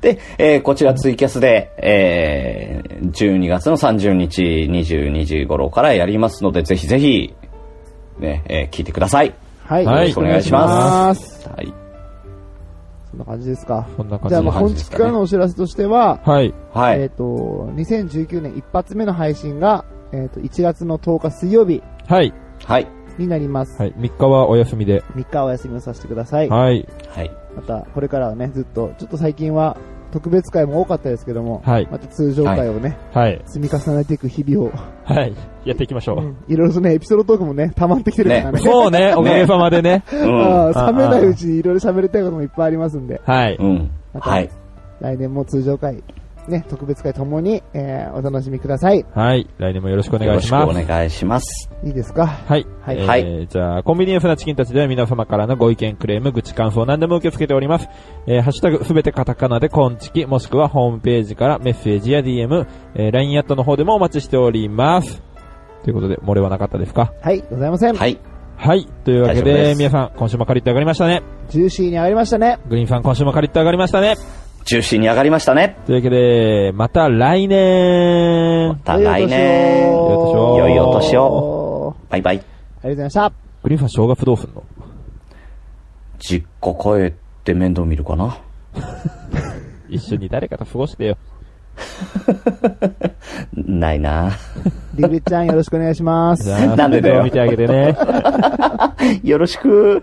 S3: で、えーこちらツイキャスで、えー12月の30日22時頃からやりますので、ぜひぜひ、ね、えー聞いてください。
S2: はい。
S1: はい
S2: よろくす。
S3: はい。
S2: そんな感じですか。
S1: こんな感
S2: じ
S1: じ
S2: ゃあ、
S1: で
S2: まあ
S3: 感
S2: 本
S3: じです
S2: 日
S3: かね
S2: からのお知らせとしては、
S1: はい。
S3: は
S2: えっ、
S3: い。
S2: と、2019年一発目の配信が、えっ、と、1月の10日水曜日
S1: はい。
S3: はい。
S2: になります。
S1: はい。3日はお休みで。
S2: 3日はお休みをさせてください。
S1: はい。
S3: はい。
S2: また、これからはね、ずっと、ちょっと最近は、特別会も多かったですけども、
S1: はい
S2: また通常会をね、
S1: はい。
S2: 積み重ねていく日々を、
S1: はい。やっていきましょう。
S2: いろいろとね、エピソードトークもね、溜まってきてるからね。
S1: そうね、おかげさまで
S2: (laughs)
S1: ね。
S3: うん。
S2: あー冷めないうちにいろいろ喋りたいこともいっぱいありますんで、
S1: はい。
S3: うん。
S2: また
S3: はい。
S2: 来年も通常会、ね、特別会ともに、えーお楽しみください。
S1: はい。来年もよろしくお
S3: よ
S1: 願
S3: ろ
S1: い
S3: し
S1: し
S3: く
S1: ま
S3: お
S1: す。
S3: 願いします。
S2: いいですか
S1: はい。
S2: はい
S1: えー
S3: はい
S1: じゃあ、コンビニエンスなチキンたちでは皆様からのご意見、クレーム、愚痴、感想、何でも受け付けております。えーハッシュタグ、すべてカタカナで、コンチキ、もしくはホームページからメッセージや DM、えー LINE アットの方でもお待ちしております。ということで、漏れはなかったですか
S2: はい、ございません。
S3: はい。
S1: はい。というわけ
S3: 大丈夫で
S1: で、
S3: す
S1: 皆さん、今週もカリッと上がりましたね。
S2: ジューシーに上がりましたね。
S1: グリーンさん、今週もカリッと上がりましたね。
S3: 中心に上がりましたね。
S1: というわけで、また来
S3: ま
S1: 年
S3: た来
S2: 良い
S3: 年。
S2: お年を
S3: 良いお年
S2: を。
S3: バイバイ。
S2: ありがとうございました。
S1: グリーンさん、正月どうすんの
S3: 実家帰って面倒見るかな。
S1: 一緒に誰かと過ごしてよ。
S3: ないな
S2: リビちゃんよろしくお願いします
S1: じ。ゃあ、
S3: なんでだよ
S1: 面倒見てあげてね。
S3: (laughs) よろしく。